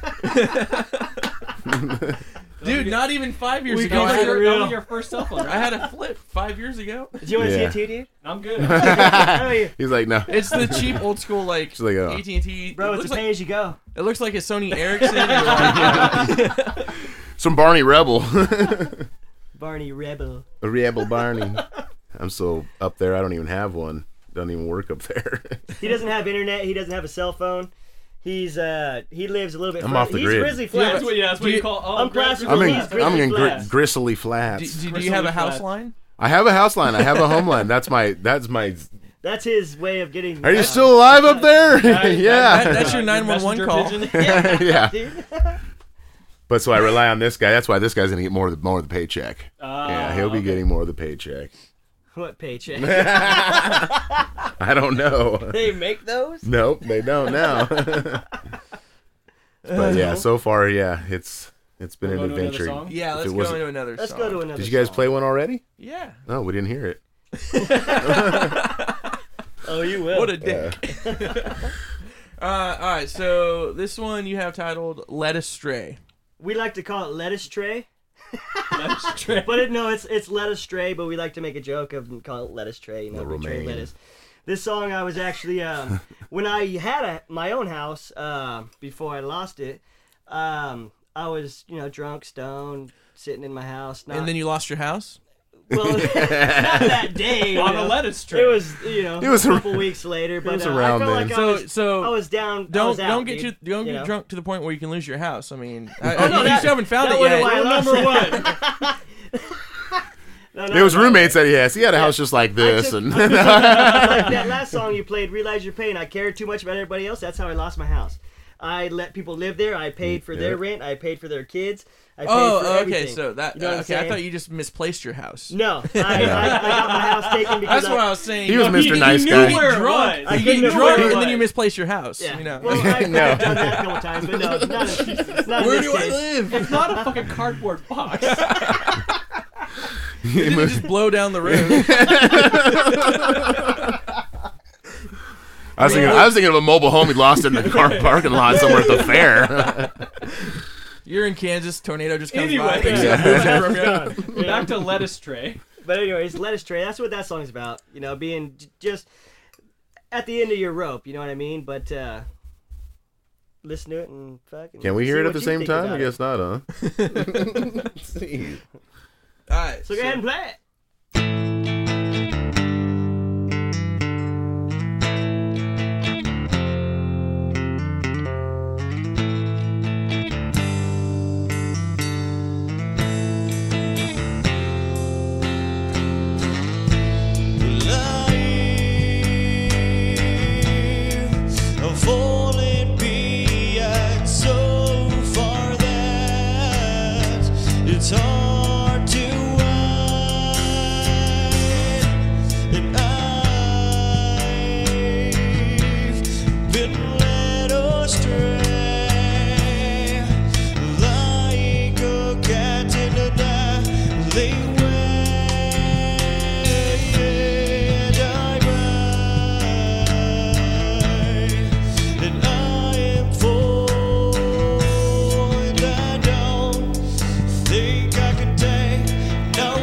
T. Dude, not even five years
We
ago. I
got
had,
your,
a-
that was your first cell phone,
I
right?
had a flip five years ago.
Do you want to
Yeah.
see it too, dude?
I'm good.
Oh, yeah.
He's like, no.
It's the cheap old school like
like, oh.
AT and T.
Bro,
it
it's a
looks
pay
like
as you go.
it looks like a Sony Ericsson. or like-
Some Barney Rebel.
Barney Rebel.
A Rebel Barney. I'm so up there. I don't even have one. Doesn't even work up there.
He doesn't have internet. He doesn't have a cell phone. He's uh he lives a little bit.
I'm
further-
off the
he's
grid.
Grizzly
That's
Flats.
what, yeah, that's what
Do
you,
you-
call. Oh,
I'm
great.
Placerville.
I'm in
Flats,
I'm
Grizzly
in gr-
Flats.
gristly
do,
flats.
do, do you have a house
Flats.
line?
I have a house line. I have a home line. That's my. That's my.
That's his way of getting.
Are you still alive up there?
that-
yeah.
that- that's your
Uh,
911
messenger
call.
pigeon.
yeah.
Dude.
But so I rely on this guy. That's why this guy's gonna get more of the more of the paycheck.
Oh,
Ah,
yeah, he'll be getting more of the paycheck.
What paycheck?
I don't know.
they make those?
nope, they don't now. but yeah, so far, yeah, it's it's been
We'll
an
go to another
adventure.
song?
Yeah,
If
let's
it
go
wasn't-
into another.
Let's
song.
go to another.
Did you guys
song.
play one already?
Yeah.
No, we didn't hear it.
Oh, you will.
What a dick. uh, all right, so this one you have titled "Let Us Stray."
we like to call it lettuce tray,
That's true.
but it, no, it's it's lettuce tray. But we like to make a joke of and call it lettuce tray. You know,
Little
we tray
man.
lettuce. This song I was actually um, when I had a, my own house um before I lost it. Um, I was you know drunk, stoned, sitting in my house. Not,
And then you lost your house.
well, not that day. you
On a
know.
lettuce
It
tray.
was you know
It was
a
ar-
couple weeks later, but
was
uh,
around
I felt
then.
like I
So,
was
so
I was down. I
don't
was out,
don't get
dude,
too don't
you
get
know? Oh,
drunk to the point where you can lose your house. I mean, I, I,
no,
you
that-
still haven't found
that
it
wasn't
yet.
why I
Rule
lost
number
it.
one.
No, no,
It was
no.
roommates that he has. He had a house just like this,
took-
and
like that last song you played, "Realize Your Pain." I cared too much about everybody else. That's how I lost my house. I let people live there. I paid for their
Yeah.
rent. I paid for their kids. I paid for
Oh, okay.
everything.
So that
You know what I'm
okay. I
saying?
thought you just misplaced your house.
no, I, I, I got my house taken because
That's
I,
what I was saying.
he was
you
He-
Mr.
he
Nice
knew
Guy.
where it
drunk.
was.
I
you get
couldn't have
drunk
known
and then
what.
you misplace your house.
Yeah.
You know.
Well, I, I've done that a couple times, but no, not, not
Where
in this
do I
case.
live?
It's not a fucking cardboard box.
Didn't it just blow down the road.
I was thinking, I was thinking of a mobile home he lost in the car parking lot somewhere at the fair.
You're in Kansas. Tornado just comes
Anyway,
by. picks
yeah.
up your
Back-
from you.
Back to lettuce tray.
But anyways, lettuce tray. That's what that song's about. You know, being j- just at the end of your rope. You know what I mean? But uh listen to it and fucking.
Can we hear
see
it at
what
the
you
same
think
time?
about
I guess not, huh?
All right.
So go ahead and play it.
Falling behind so far that it's hard to hide. And I've been led astray like a cat in a dying and I ride, and I am full, and I don't think I can take no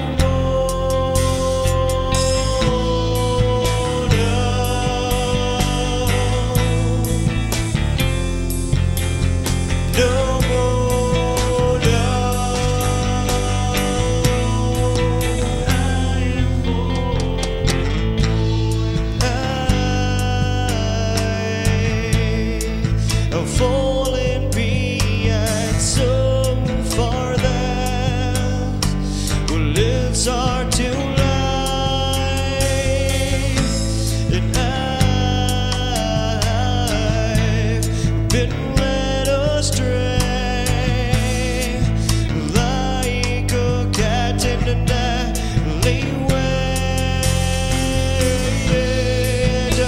more, I'm falling behind so far that well, it's hard to lie. And I've been led astray like a cat in an alleyway. And I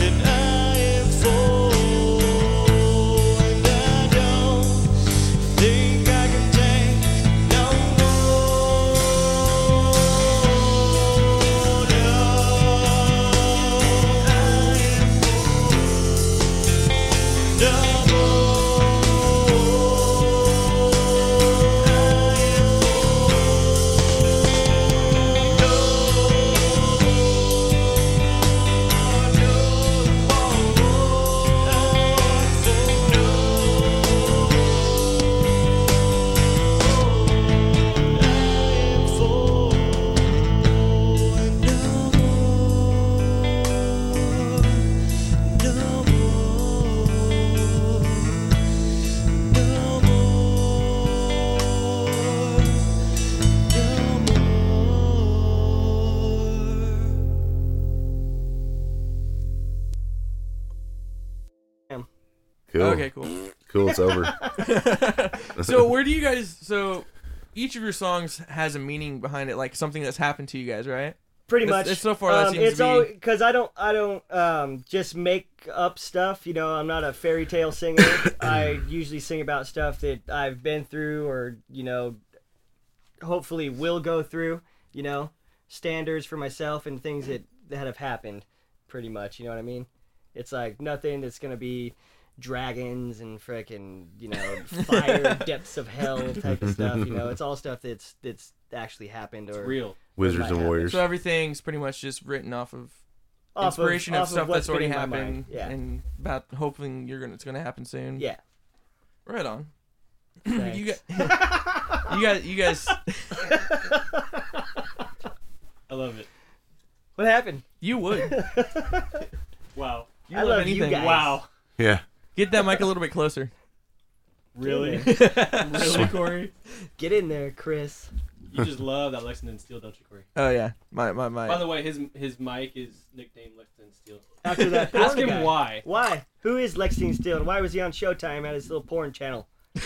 and I am full, and I don't think I can take no more. No,
Cool.
Okay, cool.
Cool. It's over.
Oh
So where do you guys? So each of your songs has a meaning behind it, like something that's happened to you guys, right?
Pretty
It's-
much.
it's so far that
um,
seems
it's
to be-
all because I don't I don't um, just make up stuff. You know, I'm not a fairy tale singer. I usually sing about stuff that I've been through, or you know, hopefully will go through. You know, standards for myself and things that that have happened. Pretty much, you know what I mean. It's like nothing that's gonna be dragons and frickin' you know fire depths of hell type of stuff. You know, it's all stuff that's that's actually happened or
Real.
Wizards and warriors.
So everything's pretty much just written off of
off
inspiration of,
off
stuff
what's
that's already
been in my mind.
happened,
Yeah.
and about hoping you're gonna it's gonna happen soon.
Yeah.
Right on.
thanks.
You got. you guys, you guys,
I love it.
what happened?
you would
Wow.
You
I
love
love you
anything.
guys.
Wow.
Yeah.
get that mic a little bit closer.
Really? really, Corey?
Get in there, Chris.
You just love that Lexington Steel, don't you, Corey?
Oh yeah, my my my.
By the way, his his mic is nicknamed Lexington Steel.
After that,
Ask
porn
him
guy.
why.
Why? Who is Lexington Steele? And why was he on Showtime at his little porn channel?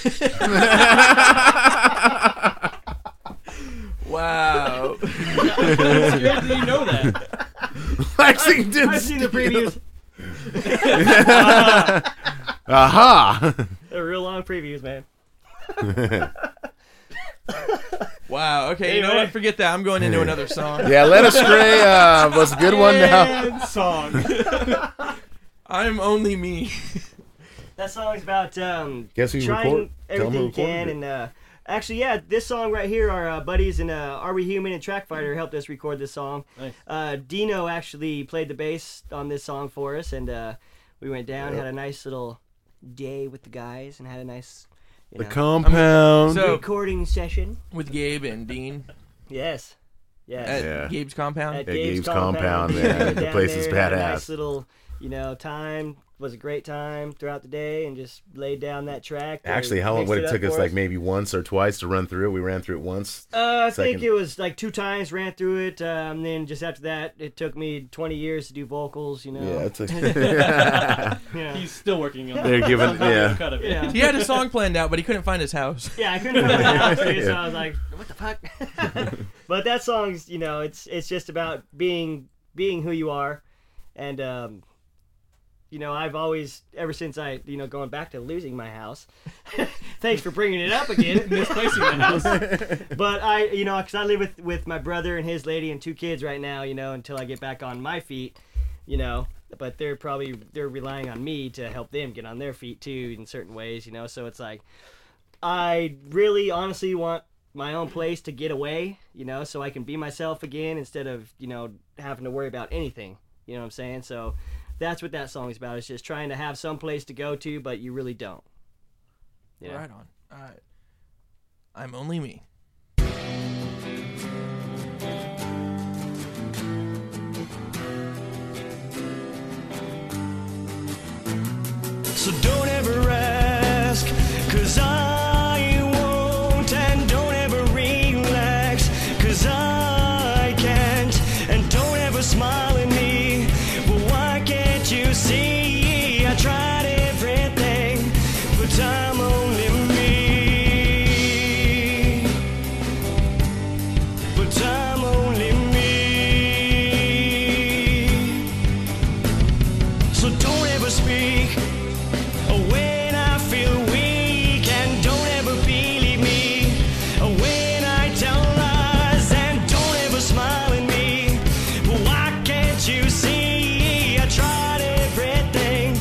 wow.
How do you know that?
Lexington.
I've seen the previews.
Aha.
They're real long previews, man.
Wow. Okay. You know
Anyway.
what? Forget that. I'm going into another song.
Yeah, Let Us Stray uh, was a good one. Now,
And song.
I'm only me.
That song's about um,
Guess who
trying
record- tell 'em
everything
who
you can.
recorded it.
And uh, actually, yeah, this song right here, our uh, buddies in uh, Are We Human and Track Fighter helped us record this song.
Nice.
Uh, Dino actually played the bass on this song for us, and uh, we went down, had a nice little day with the guys, and had a nice you know,
Compound.
So
recording session.
with Gabe and Dean
Yes. Yes.
at
Yeah.
Gabe's compound.
at
At
Gabe's
Gabe's compound,
compound.
man.
Went
The
down
place is
there, had a Nice
badass.
little, you know, time was a great time throughout the day, and just laid down that track. They
Actually, how long
mixed
would it
up
took us?
for
Like maybe once or twice to run through it. We ran through it once.
Uh, I think
second-
it was like two times ran through it, um, then just after that, it took me 20 years to do vocals.
Oh.
You know.
yeah, it's a,
Yeah.
He's still working on
They're giving,
the
yeah.
cut of it.
yeah.
He had a song planned out, but he couldn't find his house.
Yeah, I couldn't find the house too, so I was like, "What the fuck?" but that song's, you know, it's it's just about being being who you are, and um, you know, I've always ever since I, you know, going back to losing my house. thanks for bringing it up again.
Misplacing the house.
but I, you know, because I live with with my brother and his lady and two kids right now, you know, until I get back on my feet, you know. But they're probably they're relying on me to help them get on their feet too in certain ways, you know. So it's like I really honestly want my own place to get away, you know, so I can be myself again instead of, you know, having to worry about anything. You know what I'm saying? So that's what that song's about. It's just trying to have some place to go to, but you really don't. Yeah.
Right on. All right. I'm only me.
So don't ever ask, cause I won't. And don't ever relax, cause I can't. And don't ever smile at me, but why can't you see? I tried everything, but I'm only me. But I'm only me. So don't ever speak. When I feel weak and don't ever believe me. When I tell lies and don't ever smile at me. Why can't you see? I tried everything,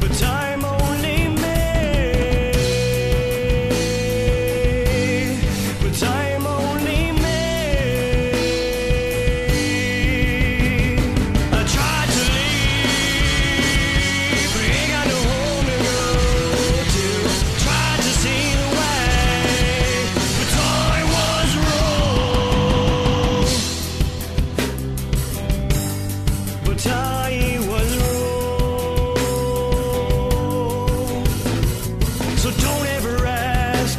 but I'm only me. But I'm only me. I tried to leave, but ain't got no home to go to. Tried to see the way, but all I was wrong. But I was wrong. So don't ever ask,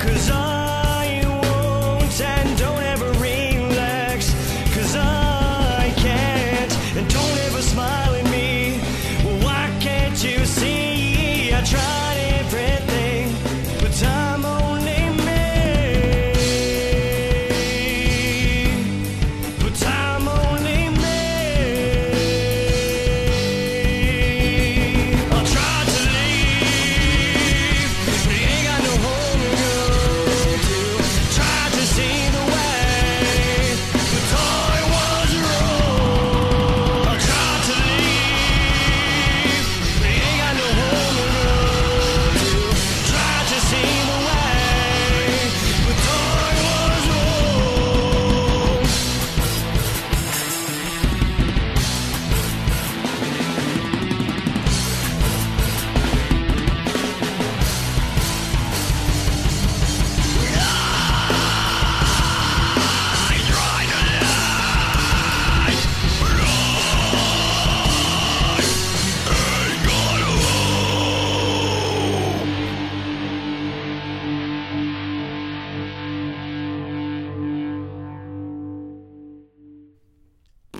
cause I won't. And don't ever relax, cause I can't. And don't ever smile at me, why can't you see? I tried everything, but I'm only me. But I'm only me. I tried to leave. But you ain't got no home to go to. Tried to see the way, but all it was wrong. I tried to leave, but you ain't got no home to go to. Tried to see the way, but all it was wrong.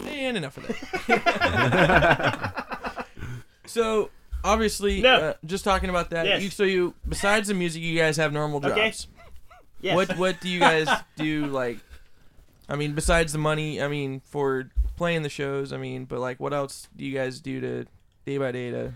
And enough of that. so obviously,
No.
uh, just talking about that.
Yes.
You, so you, besides the music, you guys have normal jobs.
Okay. Yes.
What What do you guys do? Like, I mean, besides the money, I mean, for playing the shows, I mean, but like, what else do you guys do to day by day to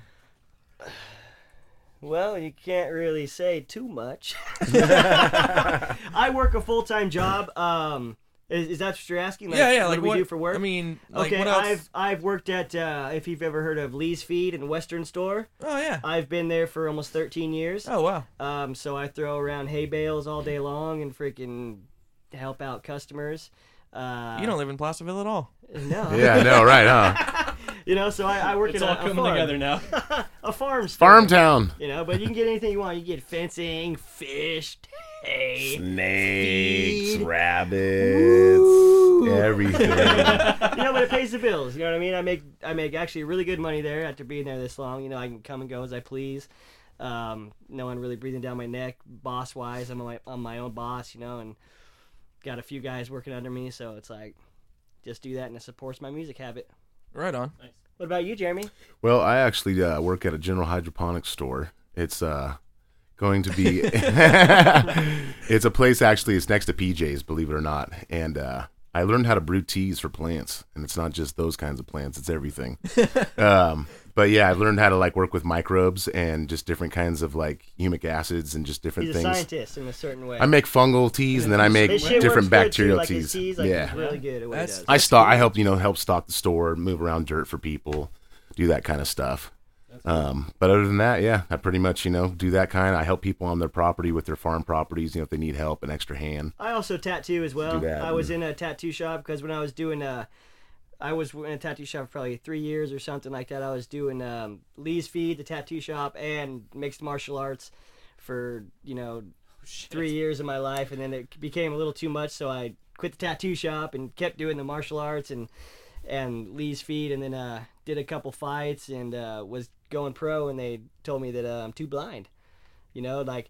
Well, you can't really say too much. I work a full time job. Um, is, is that what you're asking?
yeah, yeah.
what
Like
do we
what
do for work?
I mean, like
okay,
what else?
I've I've worked at uh, if you've ever heard of Lee's Feed in Western Store.
oh yeah.
I've been there for almost 13 years.
Oh wow.
Um, so I throw around hay bales all day long and freaking help out customers. Uh,
You don't live in Placerville at all.
no,
Yeah, I know, right, huh?
you know. So I, I work
It's
at
all
a, a
coming
farm,
together now.
a farm store.
Farm town.
You know, but you can get anything you want. You get fencing, fish, hay.
Snakes,
Feed.
rabbits, everything.
you know, but it pays the bills. You know what I mean? I make I make actually really good money there after being there this long. You know, I can come and go as I please. Um, no one really breathing down my neck, boss wise. I'm my I'm my own boss, you know, and got a few guys working under me, so it's like just do that, and it supports my music habit.
Right on.
What about you, Jeremy?
Well, I actually uh, work at a general hydroponics store. It's uh, going to be. it's a place actually. It's next to PJ's, believe it or not. And uh, I learned how to brew teas for plants, and it's not just those kinds of plants. It's everything. um, but yeah, I've learned how to like work with microbes and just different kinds of like humic acids and just different
He's a
things.
scientist in a certain way.
I make fungal teas, and then I make
His shit
different
works good, too,
bacterial
like his
teas.
teas, like,
yeah,
he's really good at what he
That's-
does.
I stock. I help you know help stock the store, move around dirt for people, do that kind of stuff. Um, but other than that, yeah, I pretty much you know do that kind. I help people on their property with their farm properties. You know if they need help, an extra hand.
I also tattoo as well.
that
I was in a tattoo shop because when I was doing uh, I was in a tattoo shop for probably three years or something like that. I was doing um, Lee's Feed, the tattoo shop, and mixed martial arts for you know three years of my life, and then it became a little too much, so I quit the tattoo shop and kept doing the martial arts and and Lee's Feed, and then uh, did a couple fights and uh, was going pro, and they told me that uh, I'm too blind. You know, like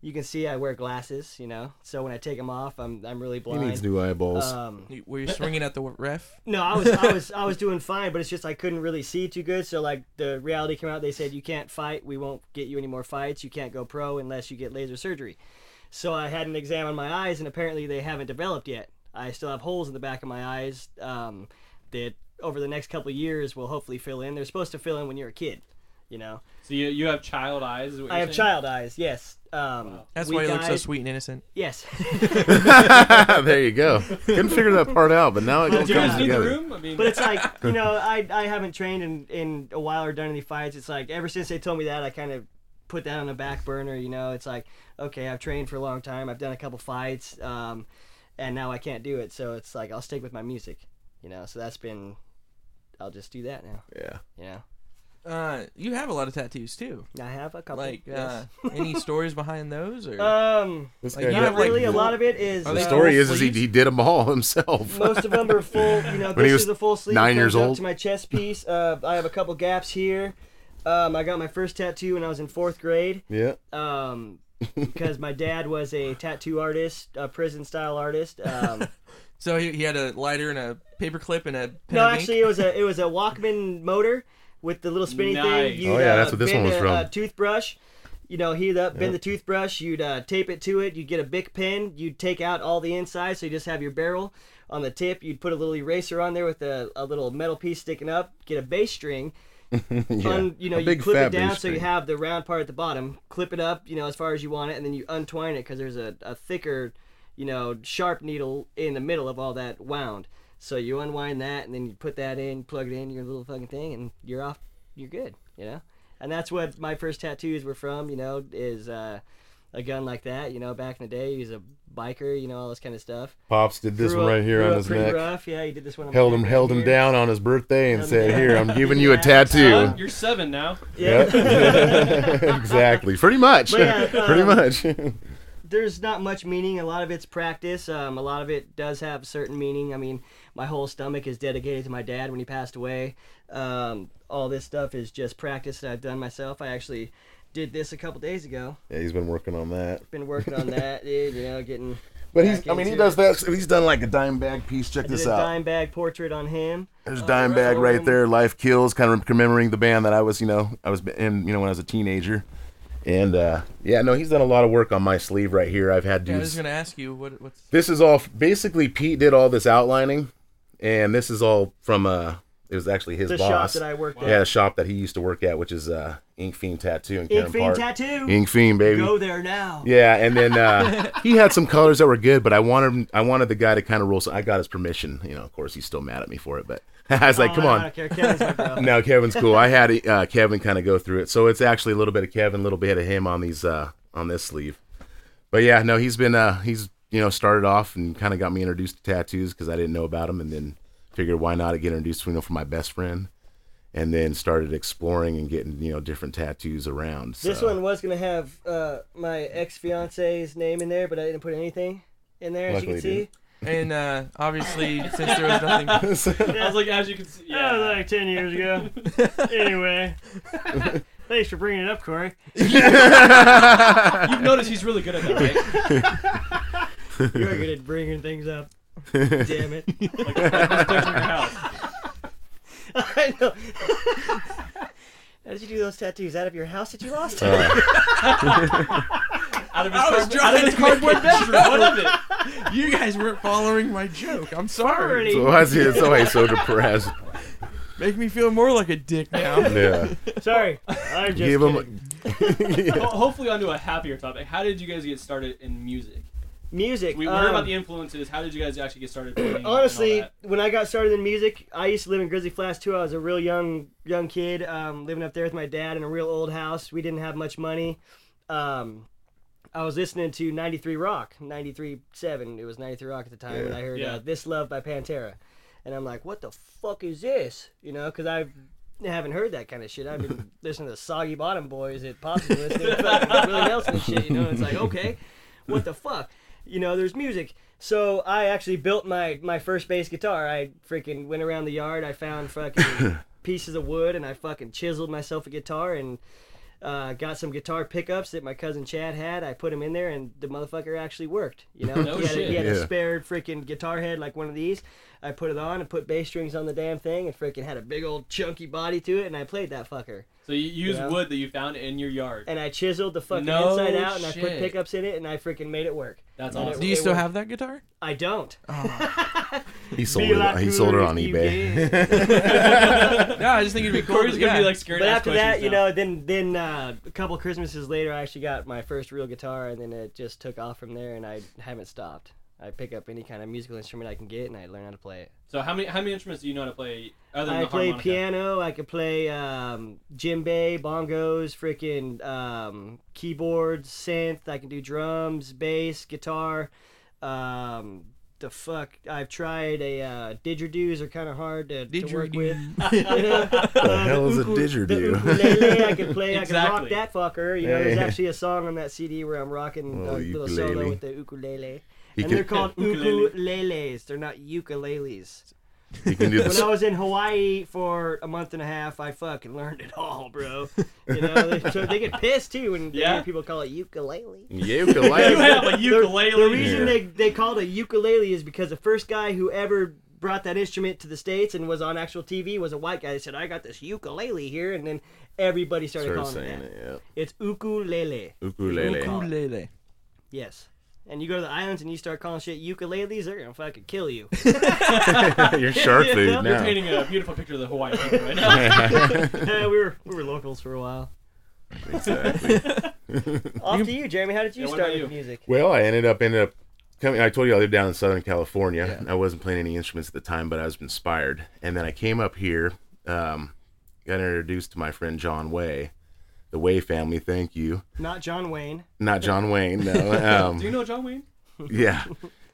you can see I wear glasses. You know, so when I take them off, I'm I'm really blind.
new eyeballs.
um,
You- Were you swinging at the ref?
no, I was I was I was doing fine, but it's just I couldn't really see too good. So like the reality came out, they said you can't fight. We won't get you any more fights. You can't go pro unless you get laser surgery. So I had an exam on my eyes, and apparently they haven't developed yet. I still have holes in the back of my eyes um, that over the next couple of years will hopefully fill in. They're supposed to fill in when you're a kid, you know.
So you, you have child eyes. is what
I
you're
have
saying?
child eyes, yes. Um,
That's
weak
why you look so
eyes,
sweet and innocent.
Yes. Uh,
there you go. Couldn't figure that part out, but now it all
Do you
comes
guys need the
together.
room? I mean,
But it's like you know, I I haven't trained in in a while or done any fights. It's like ever since they told me that, I kind of put that on the back burner. You know, it's like okay, I've trained for a long time. I've done a couple fights, um, and now I can't do it. So it's like I'll stick with my music. You know, so that's been. I'll just do that now.
Yeah.
You know,
Uh, you have a lot of tattoos too.
I have a couple.
Like,
yes.
uh, any stories behind those? Or
um,
This
Like, guy you
not
have, like,
really. a
full-
lot of it is.
Are
the
they
uh,
story
full
is, is he,
sleeves?
he did them all himself.
most of them are full. You know,
When he
this
was
is a full sleeve.
nine
comes
years
up
old.
To my chest piece, uh, I have a couple gaps here. Um, I got my first tattoo when I was in fourth grade.
yeah.
Um, because my dad was a tattoo artist, a prison style artist. Um,
so he, he had a lighter and a paperclip and a pen
no,
of ink?
actually, it was a it was a Walkman motor with the little spinny
Nice.
thing. You'd,
Oh, yeah,
uh,
that's what this one
bend
was
a,
from.
uh, toothbrush. You know, heat up, bend the toothbrush. You'd uh, tape it to it. You'd get a big pin. You'd take out all the inside, so you just have your barrel on the tip. You'd put a little eraser on there with a, a little metal piece sticking up. Get a bass string. un, you know,
A
you
big
clip
fat
it down
bass
so you
string.
have the round part at the bottom. Clip it up, you know, as far as you want it, and then you untwine it because there's a, a thicker, you know, sharp needle in the middle of all that wound. So you unwind that, and then you put that in, plug it in your little fucking thing, and you're off. You're good, you know. And that's what my first tattoos were from. You know, is uh, a gun like that. You know, back in the day, he was a biker. You know, all this kind of stuff.
Pops did this
Grew
one
up-
right here
grew
on
up
his
pretty
neck.
Rough. Yeah, he did this one. on my
Held
neck
him,
right
held him
here.
down on his birthday and
Held him
said,
down.
"Here, I'm giving you a
Yeah.
tattoo."
Huh? uh, you're seven now.
Yeah. exactly. Pretty much.
But yeah,
Pretty
um,
much.
there's not much meaning. A lot of it's practice. Um, a lot of it does have certain meaning. I mean, my whole stomach is dedicated to my dad when he passed away. Um, all this stuff is just practice that I've done myself. I actually did this a couple days ago.
yeah, he's been working on that.
Been working on that, dude. You know, getting.
But he's,
back
I mean, he
into
does that. uh, He's done like a dime bag piece. Check
I did
this
a
out.
dime Oh. bag portrait on him.
There's dime bag right there. Life kills, kind of commemorating the band that I was, you know, I was in, you know, when I was a teenager. And uh, yeah, no, he's done a lot of work on my sleeve right here. I've had
Yeah, I was
dudes.
gonna ask you what what's
This is all basically Pete did all this outlining, and this is all from uh, It was actually his
the shop
boss.
that I worked
yeah,
at.
the shop that he used to work at, which is uh, Ink Fiend Tattoo in
Ink
Karen
Fiend
Park.
Tattoo.
Ink Fiend, baby.
Go there now.
Yeah, and then uh, he had some colors that were good, but I wanted I wanted the guy to kind of roll. So I got his permission. You know, of course, he's still mad at me for it, but I was like,
Oh,
"Come
no,
on."
I don't care. Kevin's my bro.
No, Kevin's cool. I had uh, Kevin kind of go through it, so it's actually a little bit of Kevin, a little bit of him on these uh, on this sleeve. But yeah, no, he's been uh, he's you know started off and kind of got me introduced to tattoos because I didn't know about them, and then figured why not get introduced to you know from my best friend, and then started exploring and getting you know different tattoos around. So.
This one was gonna have uh, my ex fiance's name in there, but I didn't put anything in there, as you can
Luckily you
see.
And uh, obviously, since there was nothing,
I was like, as you can see, yeah.
like ten years ago. anyway, thanks for bringing it up, Corey.
You've noticed he's really good at that, right?
You're good at bringing things up. Damn it!
Picture your house.
I know. How did you do those tattoos? Out of your house that you lost?
Uh,
Out
I
of his
was
cardboard-
trying
out of his
to make
cardboard
a
bedroom. What of it?
you guys weren't following my joke. I'm sorry.
so I was it's always so depressed.
Make me feel more like a dick now.
Yeah,
Sorry, I'm just
give
kidding.
him.
Ho- Hopefully, onto a happier topic. How did you guys get started in music?
music.
We heard
um,
about the influences. How did you guys actually get started? playing and all
honestly,
that?
when I got started in music, I used to live in Grizzly Flats too. I was a real young young kid, um, living up there with my dad in a real old house. We didn't have much money. Um, I was listening to 93 Rock, 93.7. It was 93 Rock at the time, and I heard
Yeah.
uh, This Love by Pantera. And I'm like, what the fuck is this? You know, because I haven't heard that kind of shit. I've been listening to Soggy Bottom Boys at Possum, listening to fucking Willie Nelson and shit. You know, it's like, okay, what the fuck? You know, there's music. So I actually built my my first bass guitar. I freaking went around the yard. I found fucking pieces of wood, and I fucking chiseled myself a guitar and uh, got some guitar pickups that my cousin Chad had. I put them in there, and the motherfucker actually worked. You know,
No
he had, a,
shit.
he had a
Yeah.
spare freaking guitar head like one of these. I put it on and put bass strings on the damn thing, and freaking had a big old chunky body to it, and I played that fucker.
so you used
yeah.
wood that you found in your yard.
And I chiseled the fucking
No
inside out, and I put
shit.
pickups in it, and I freaking made it work.
That's
And it-
awesome.
Do you
it
still
worked.
have that guitar?
I don't.
He sold it. He sold it on eBay.
No, I just think it'd be cool.
Corey's
to-
gonna
yeah.
be like scared. to
but
ask
after that,
questions
you
now.
know, then then uh, a couple Christmases later, I actually got my first real guitar, and then it just took off from there, and I haven't stopped. I pick up any kind of musical instrument I can get, and I learn how to play it.
So how many how many instruments do you know how to play? Other than
I
the
play
harmonica?
piano. I could play um, djembe, bongos, freaking um, keyboards, synth. I can do drums, bass, guitar. Um, the fuck, I've tried a uh, didgeridoos are kind of hard to, to work with. You know?
The hell is a
the
didgeridoo?
ukulele I can play.
Exactly.
I can rock that fucker. You know, there's
Yeah.
actually a song on that CD where I'm rocking
Oh,
a little solo
ukulele.
with the ukulele.
He
and
can-
they're called
Ukulele.
ukuleles. They're not ukuleles.
You can do
When I
the
was in Hawaii for a month and a half, I fucking learned it all, bro. You know, they, so they get pissed too when they
Yeah.
hear people call it ukulele.
You
ukulele.
have a ukulele.
The reason
Yeah.
they, they called it ukulele is because the first guy who ever brought that instrument to the states and was on actual TV was a white guy. They said, "I got this ukulele here," and then everybody started
Started
calling
saying
it that.
it, yeah.
It's ukulele.
Ukulele.
Ukulele.
Yes. And you go to the islands and you start calling shit ukuleles, they're gonna fucking kill you.
You're shark food
You're
now.
painting a beautiful picture of the Hawaiian people right now.
Yeah, we were we were locals for a while.
Exactly.
Off to you, Jeremy. How did you
Yeah, what
start
about
with
you?
music?
Well, I ended up ended up coming. I told you I lived down in Southern California. I wasn't playing any instruments at the time, but I was inspired. And then I came up here, um, got introduced to my friend John Way, the Way family. Thank you.
Not John Wayne.
Not John Wayne, no.
Do
Um,
you know John Wayne?
yeah.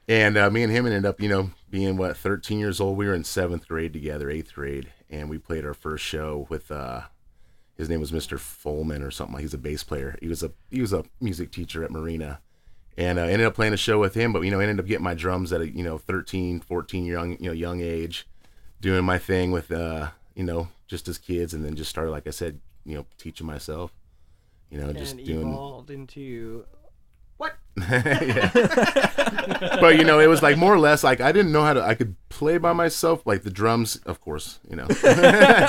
And uh, me and him ended up, you know, being what 13 years old. We were in seventh grade together, eighth grade, and we played our first show with. Uh, his name was Mr. Fulman or something. He's a bass player. He was a he was a music teacher at Marina, and uh, ended up playing a show with him. But you know, ended up getting my drums at a you know 13, 14 young you know young age, doing my thing with uh you know just as kids, and then just started like I said, you know, teaching myself, you know, just
and
doing
evolved into what?
yeah. but you know, it was like more or less like I didn't know how to. I could play by myself, like the drums, of course, you know.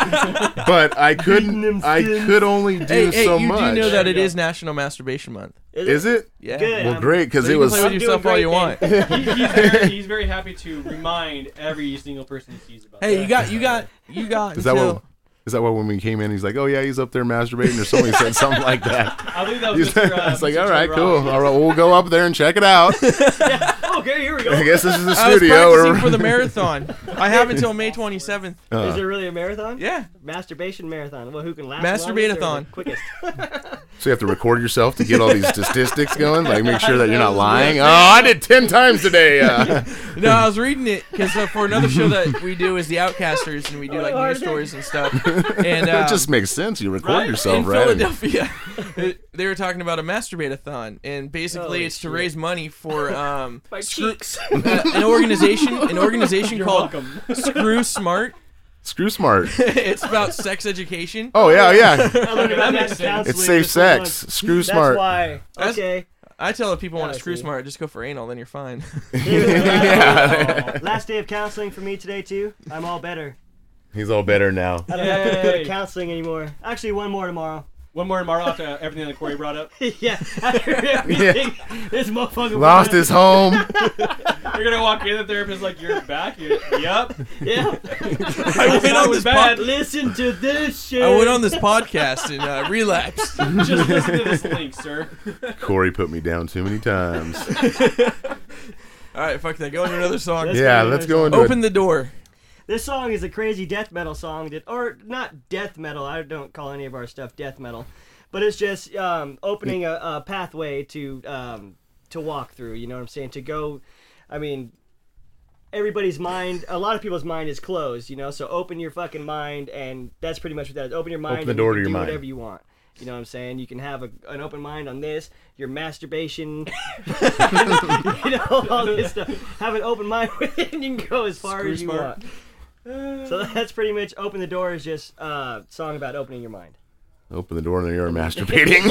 but I couldn't. I could only do
Hey, hey,
so
you
much.
do know that it
Yeah.
is National Masturbation Month.
Is it?
Yeah.
Good.
Well,
I'm-
great because
So
it
you
was.
can play with
I'm doing
yourself all
great
you want.
He, he's, very, he's very happy to remind every single person he sees about
Hey,
that.
you got, you got, you got.
Is that
until-
what? Is that why when we came in, he's like, "Oh yeah, he's up there masturbating," or somebody said something like that.
I believe that was
He's
Mr. Uh,
it's like,
Mr.
"All
Joe
right,
Rock.
cool. All right, we'll go up there and check it out."
Oh, Okay, here we go.
I guess this is the
I was
studio.
practicing
Or
for the marathon. I have until May 27th.
Uh,
Is it really a marathon?
Yeah.
Masturbation marathon. Well, who can last?
Masturbate-a-thon.
longest or the Quickest.
so you have to record yourself to get all these statistics going, like make sure that you're not lying. Oh, I did ten times today. Uh,
No, I was reading it because uh, for another show that we do is the Outcasters, and we do like
Hard
news
day.
stories and stuff. And
it
um,
just makes sense. You record
Right?
yourself,
in
right? And-
Philadelphia, they were talking about a masturbate-a-thon, and basically
Holy
it's to
shit.
raise money for um,
My
screw-
cheeks.
uh, an organization, an organization
You're
called
welcome.
Screw Smart.
Screw smart.
it's about sex education.
Oh yeah, yeah.
I learned about that in
sense.
counseling
It's safe
this whole
sex.
month.
Screw
That's
smart.
why.
That's-
Okay.
I tell if people want
Yeah,
to
I
screw
see.
smart, just go for anal, then you're fine.
yeah.
Last day of counseling for me today too. I'm all better.
He's all better now.
I don't have to go to
Yay.
counseling anymore. Actually, one more tomorrow.
One more tomorrow after uh, everything that Corey brought up.
yeah. After everything, this motherfucker
Lost his home.
You're gonna walk in, the therapist like, "You're back." You're, yep.
Yeah.
I went on
was
this
bad.
pod-
Listen to this shit.
I went on this podcast and uh, relapsed.
Just listen to this link, sir.
Corey put me down too many times.
All right, fuck that. Go into another song.
That's-
yeah, let's go into
Open the door.
This song is a crazy death metal song that, or not death metal. I don't call any of our stuff death metal, but it's just um, opening a, a pathway to um, to walk through. You know what I'm saying? To go, I mean, everybody's mind. A lot of people's mind is closed. You know, so open your fucking mind, and that's pretty much what that is. Open your mind.
Open the
and
door
you can
to your
do
mind.
Whatever you want. You know what I'm saying? You can have a, an open mind on this, your masturbation, you know, all this stuff. Have an open mind with it, and you can go as far
Screw
as you
smart.
want. So that's pretty much "Open the Door" is just a uh, song about opening your mind.
Open the door and you're masturbating.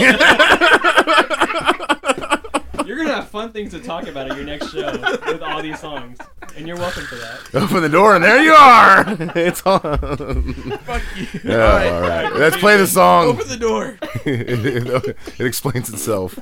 You're gonna have fun things to talk about at your next show with all these songs, and you're welcome for that.
Open the door and there you are. It's on.
Fuck you.
Oh,
All right.
all right. Let's play the song.
Open the door.
it explains itself.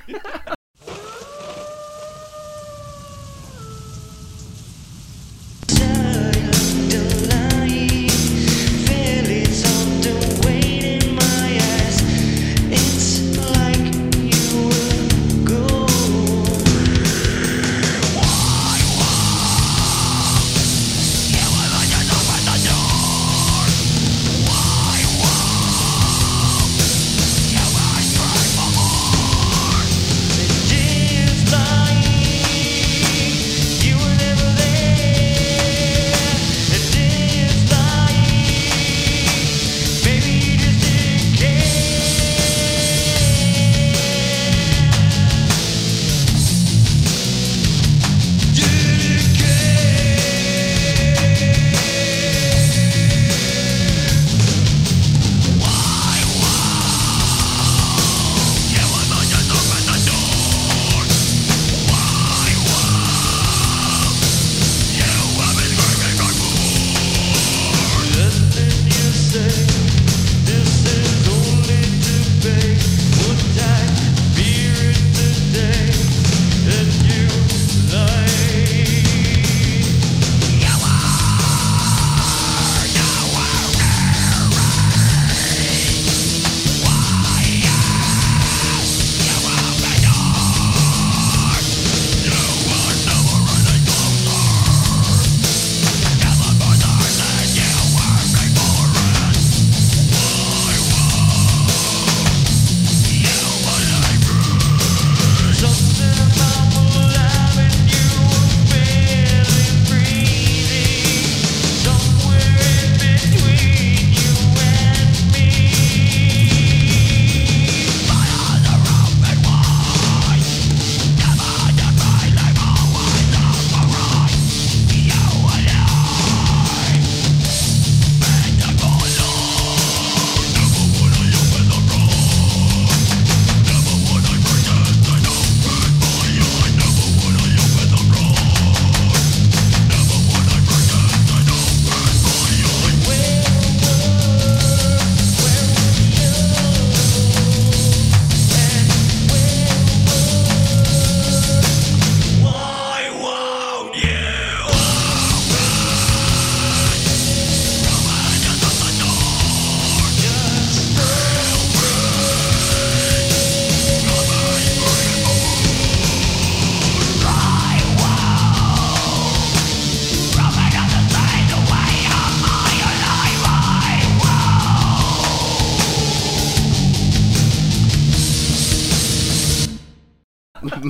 Why?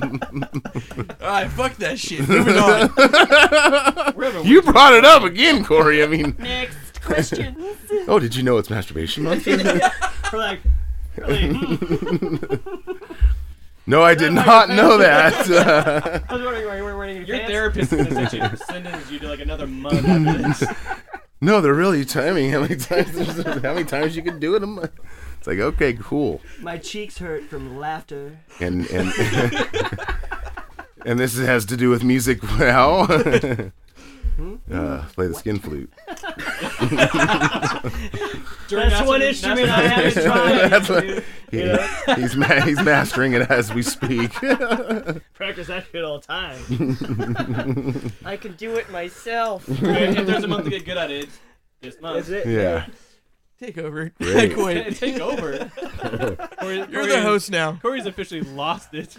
All right, fuck that shit. Moving on.
you brought it up again, Corey. I mean,
Next questions.
oh, did you know it's masturbation month?
We're like,
no, I did not know that. Uh,
I was wondering why you weren't wearing your,
Your
pants.
therapist is essentially sending you to like another month. After this.
no, they're really timing how many times how many times you can do it a month. It's like okay, cool,
My cheeks hurt from laughter.
and and and this has to do with music. Wow, uh, play the skin flute.
During
That's one
what-
instrument
that's
I haven't tried.
That's what- he- he's ma- he's mastering it as we speak.
Practice that shit all the time.
I can do it myself.
what- If there's a month to get good at it, it's this month.
Is it?
yeah,
Take over.
Great.
Quit.
Take over. Corey-
You're
Corey-
the host now.
Corey's officially lost it.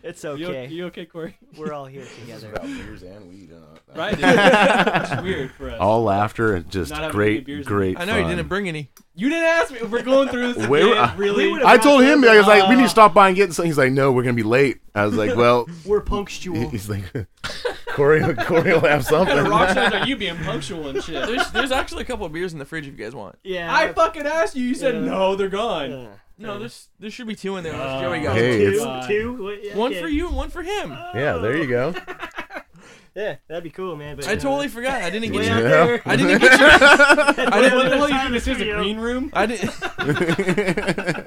It's
You,
okay.
you okay, Corey?
We're all here together.
Right? dude? it's weird for us.
all laughter and just
Not having any
great,
beers in
great.
I know
fun.
you didn't bring any.
you didn't ask me. We're going through this
Where-
again,
I-
really.
would've-
I told him, I was like, we need to stop by and get something. He's like, no, we're going to be late. I was like, well,
We're punctual.
he's like, Corey, Corey will have something.
rock stars are you being punctual and shit.
There's there's actually a couple of beers in the fridge if you guys want.
Yeah.
I fucking asked you. You said
Yeah.
no, they're gone.
No, there's there should be two in there. unless Joey got
Hey,
one.
two,
it's-
two. What- yeah,
one
okay.
for you and one for him.
Yeah, there you go.
Yeah, that'd be cool, man. But
I totally forgot. I didn't get
Way out
you.
there.
I didn't get you. I
What the
didn't.
hell you think this is? A green room?
I didn't.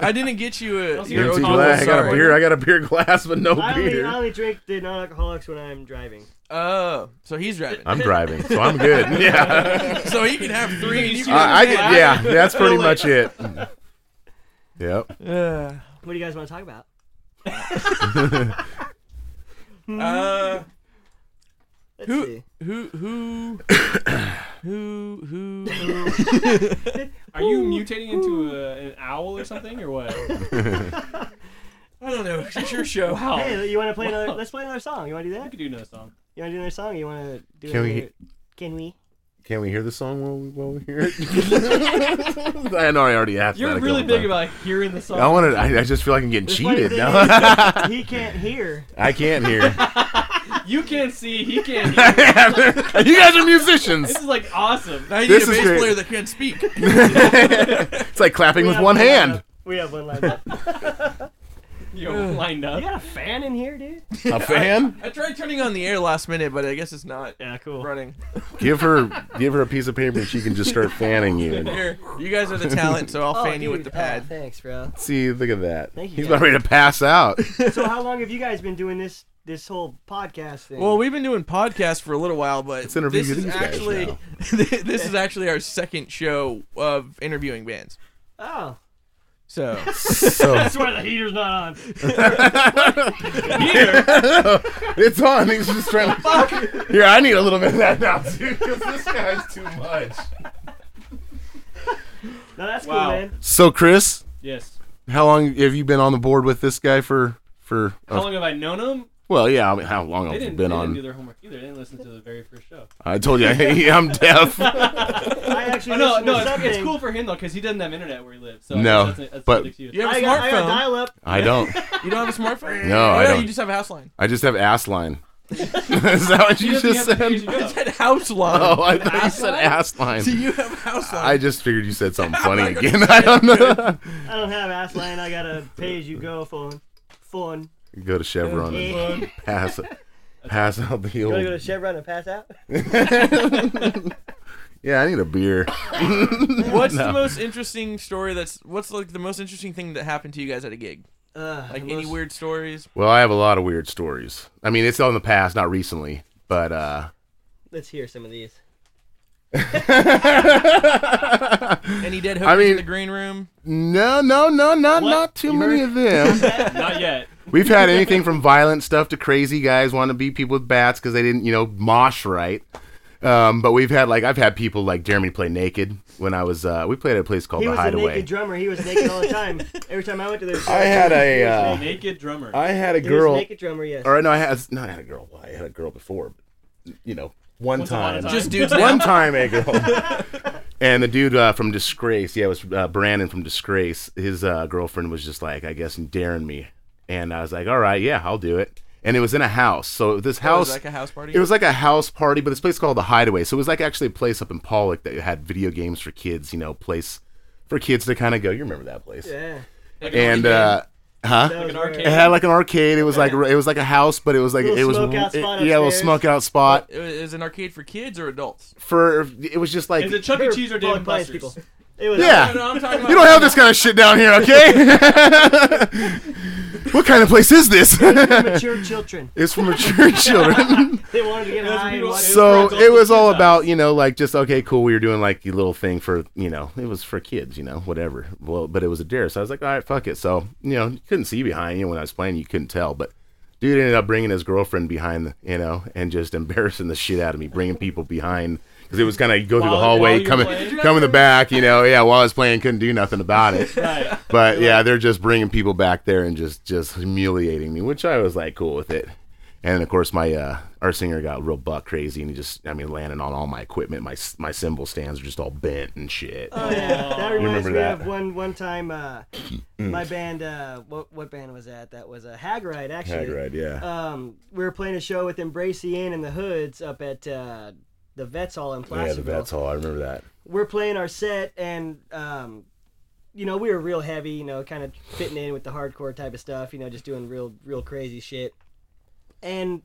I didn't get you a.
see
your
your
Empty
own-
towel,
glass. I got a
sorry.
beer. I got a beer glass, but no
I only, I
beer.
only drink the non-alcoholics when I'm driving.
Oh, so he's driving.
I'm driving, so I'm good. Yeah,
So he can have three. And you
I, I
can.
get, yeah, that's pretty much it. Yep.
Uh,
What do you guys want to talk about?
uh,
Let's
who,
see.
who, who, who, who, who?
Are you mutating into a, an owl or something or what?
I don't know. It's your show.
Wow.
Hey, you want to play another?
Wow.
Let's play another song. You want to do
I
that?
could do another song.
You want to do another song? You want to do?
Can we-
another- Can we?
Can we hear the song while we, while we hear it? I know I already asked.
You're
that a
really
couple
big about hearing the song.
times. I wanted. I, I just feel like I'm getting
funny
cheated.
thing
now.
He can't hear.
I can't hear.
you can't see, he can't hear.
you guys are musicians.
This is like awesome.
Now you
This
need
is
a bass
great.
player that can't speak.
it's like clapping
We
with
have
one hand.
lineup. We have one lined up.
You know, lined up.
You got a fan in here, dude?
A fan?
I tried turning on the air last minute, but I guess it's not
Yeah, cool.
running.
Give her, give her a piece of paper, and she can just start fanning you.
Here, you guys are the talent, so I'll
Oh,
fan you with
dude.
the
Oh,
pad.
thanks, bro.
See, look at that.
Thank you,
He's
guys.
about ready to pass out.
So, how long have you guys been doing this this whole podcast thing?
Well, we've been doing podcasts for a little while, but
Let's interview
this is
these guys
actually
now.
this is actually our second show of interviewing bands.
oh,
So
So
that's why the heater's not on.
it's on. He's just trying to. Here, I need a little bit of that now too, because this guy's too much.
No, that's
Wow.
cool, man.
So, Chris,
Yes.
how long have you been on the board with this guy for? For uh,
How long have I known him?
well, yeah. I mean, how long
They
have you
didn't,
been
they didn't do
on?
their homework either. They didn't listen to the very first show.
I told you, hey, I'm deaf.
I actually listened to
Oh, no, no, it's, it's
something.
cool for him though because he doesn't have internet where he lives. So
No,
that's, that's
but-
that's
you have a
I got, I got
smartphone.
dial up.
I don't.
You don't have a smartphone?
No,
Oh,
I
yeah,
don't.
You just have a house line.
I just have ass line. Is that what you
E.
just said?
It's at house line.
Oh, I thought you said ass line.
Do you have a house
I
line?
just figured you said something funny again. I don't know.
I don't have ass line. I got a pay as you go phone. Phone.
Go to Chevron and
Yeah.
pass pass out the
You want to go to
old.
Chevron and pass out?
Yeah, I need a beer.
what's the most interesting story that's what's like the most interesting thing that happened to you guys at a gig?
Uh,
Like any weird stories?
Well, I have a lot of weird stories. I mean, it's all in the past, not recently, but uh
Let's hear some of these.
Any dead hookers
I mean-
in the green room?
no, no, no, not
What?
not too many of them.
Not yet.
We've had anything from violent stuff to crazy guys wanting to beat people with bats because they didn't, you know, mosh right. Um, but we've had like I've had people like Jeremy play naked when I was uh we played at a place called
He
the
was a
Hideaway.
naked drummer. He was naked all the time. Every time I went to this,
I had a uh,
Naked drummer.
I had a
he was
girl.
naked drummer. Yes.
Or no, I had no, I had a girl. Well, I had a girl before, but, you know, one
Once upon
time,
a time.
Just dudes now.
one time a girl. and the dude uh, from Disgrace, yeah, it was uh, Brandon from Disgrace. His uh, girlfriend was just like, I guess, daring me And I was like, all right, yeah, I'll do it. And it was in a house. So this
That Oh, was
house,
like a house party.
it was like a house party, but this place called the Hideaway. So it was like actually a place up in Pollock that had video games for kids. You know, place for kids to kind of go. You remember that place?
Yeah.
And uh, huh?
That was
an
where-
arcade.
It had like an arcade. It was like it was like a house, but it was like
Little
it was
smokeout
it-
spot
yeah, a little
upstairs.
smoke out spot
It was, it was an arcade for kids or adults.
for it was just like
Is it Chuck E. Cheese or Dave and
Pollock Pies
Buster's?
people. It was
yeah.
No, I'm talking about.
You don't have this kind of shit down here, okay? what kind of place is this?
mature children.
it's for mature children.
They wanted to get high. And
people-
watch-
so
for adults
it was
with
all
kids'
about you know like just okay cool we were doing like the little thing for you know it was for kids you know whatever well but it was a dare so i was like all right fuck it so you know you couldn't see behind you when i was playing you couldn't tell but dude ended up bringing his girlfriend behind the, you know and just embarrassing the shit out of me bringing people behind because it was kind of go through the
While- while
hallway
you
coming
played?
come in the back you know yeah while i was playing couldn't do nothing about it
Right.
but yeah, they're just bringing people back there and just just humiliating me, which I was like cool with it. And of course, my uh, our singer got real buck crazy, and he just I mean landing on all my equipment. My s- my cymbal stands are just all bent and shit.
Oh, yeah. That reminds
remember
me
that. Mm.
of one one time. Uh, my band, uh, what what band was that? That was a uh, Hag Ride, actually.
Hagride, yeah.
Um, we were playing a show with Embrace the Inn and the Hoods up at uh, the Vets Hall in
Oh, yeah, the
Placerville.
vets hall. I remember that.
we're playing our set and um, you know we were real heavy you know kind of fitting in with the hardcore type of stuff you know just doing real real crazy shit and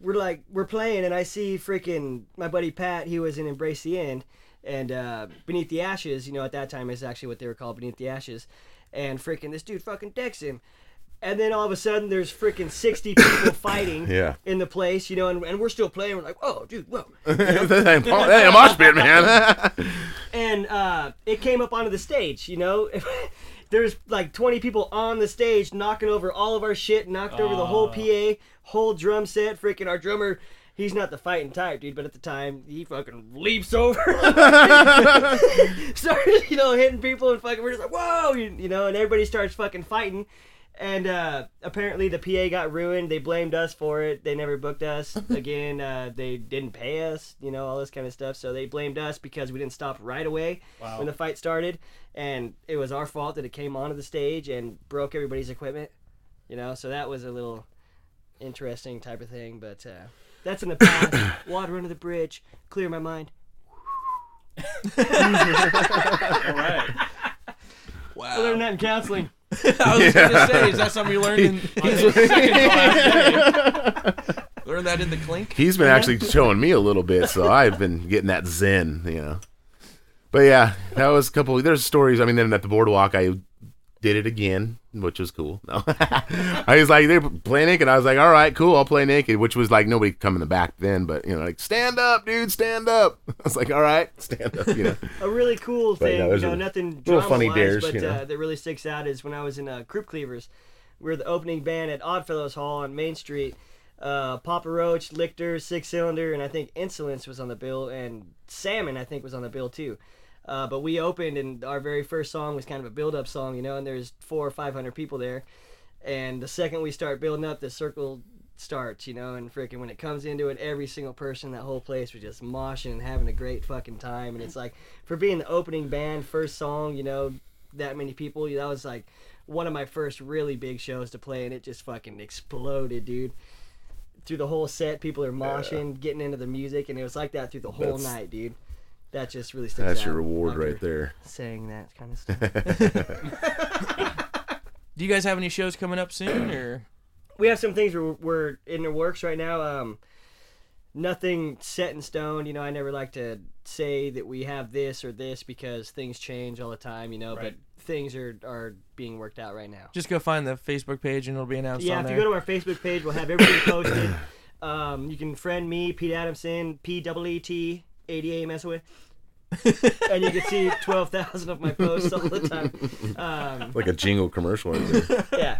we're like we're playing and i see freaking my buddy pat he was in embrace the end and uh, beneath the ashes you know at that time is actually what they were called beneath the ashes and freaking this dude fucking decks him and then all of a sudden there's freaking 60 people fighting
Yeah.
in the place you know and, and we're still playing we're like oh dude whoa
that ain't pol- that ain't mosh pit, man.
and uh, it came up onto the stage. You know, there's like 20 people on the stage knocking over all of our shit, knocked over the whole PA, whole drum set. Freaking our drummer, he's not the fighting type, dude, but at the time he fucking leaps over, starts you know hitting people and fucking we're just like whoa, you, you know, and everybody starts fucking fighting. And uh, apparently the PA got ruined. They blamed us for it. They never booked us again. Uh, they didn't pay us, you know, all this kind of stuff. So they blamed us because we didn't stop right away when the fight started, and it was our fault that it came onto the stage and broke everybody's equipment. You know, so that was a little interesting type of thing. But uh, that's in the past. Water under the bridge. Clear my mind.
All right.
I learned that in counseling.
I was gonna say, is that something you learned in learned that in the clink?
He's been actually showing me a little bit, so I've been getting that zen, you know. But yeah, that was a couple. There's stories. I mean, then at the boardwalk, I did it again, which was cool. No, I was like, they play naked. I was like, all right, cool, I'll play naked, which was like nobody coming the back then, but you know, like stand up, dude, stand up. I was like, all right, stand up, you know.
a really cool
But,
thing,
no,
you
those
know,
are
nothing
little
drama
funny
wise,
dares,
but
you know.
uh, that really sticks out is when I was in uh, Croup Cleavers. We were the opening band at Oddfellows Hall on Main Street. Uh, Papa Roach, Lichter, Six Cylinder, and I think Insolence was on the bill, and Salmon I think was on the bill too. Uh, but we opened, and our very first song was kind of a build-up song, you know. And there's four or five hundred people there, and the second we start building up, the circle starts, you know, and freaking when it comes into it, every single person, that whole place was just moshing and having a great fucking time. And it's like, for being the opening band, first song, you know, that many people, that was like one of my first really big shows to play, and it just fucking exploded, dude. Through the whole set, people are moshing, getting into the music, and it was like that through the whole
That's-
night, dude. That just really sticks
That's
out
your reward
after
right there.
Saying that kind of stuff.
Do you guys have any shows coming up soon or
we have some things we're, we're in the works right now. Um, nothing set in stone. You know, I never like to say that we have this or this because things change all the time. You know,
Right.
but things are are being worked out right now.
just go find the Facebook page and it'll be announced
yeah,
on
if
there?
you go to our Facebook page, we'll have everything posted. Um, you can friend me, Pete Adamson, P W E T eighty A mess with. and you can see twelve thousand of my posts all the time. Um,
Like a jingle commercial. Right there.
yeah.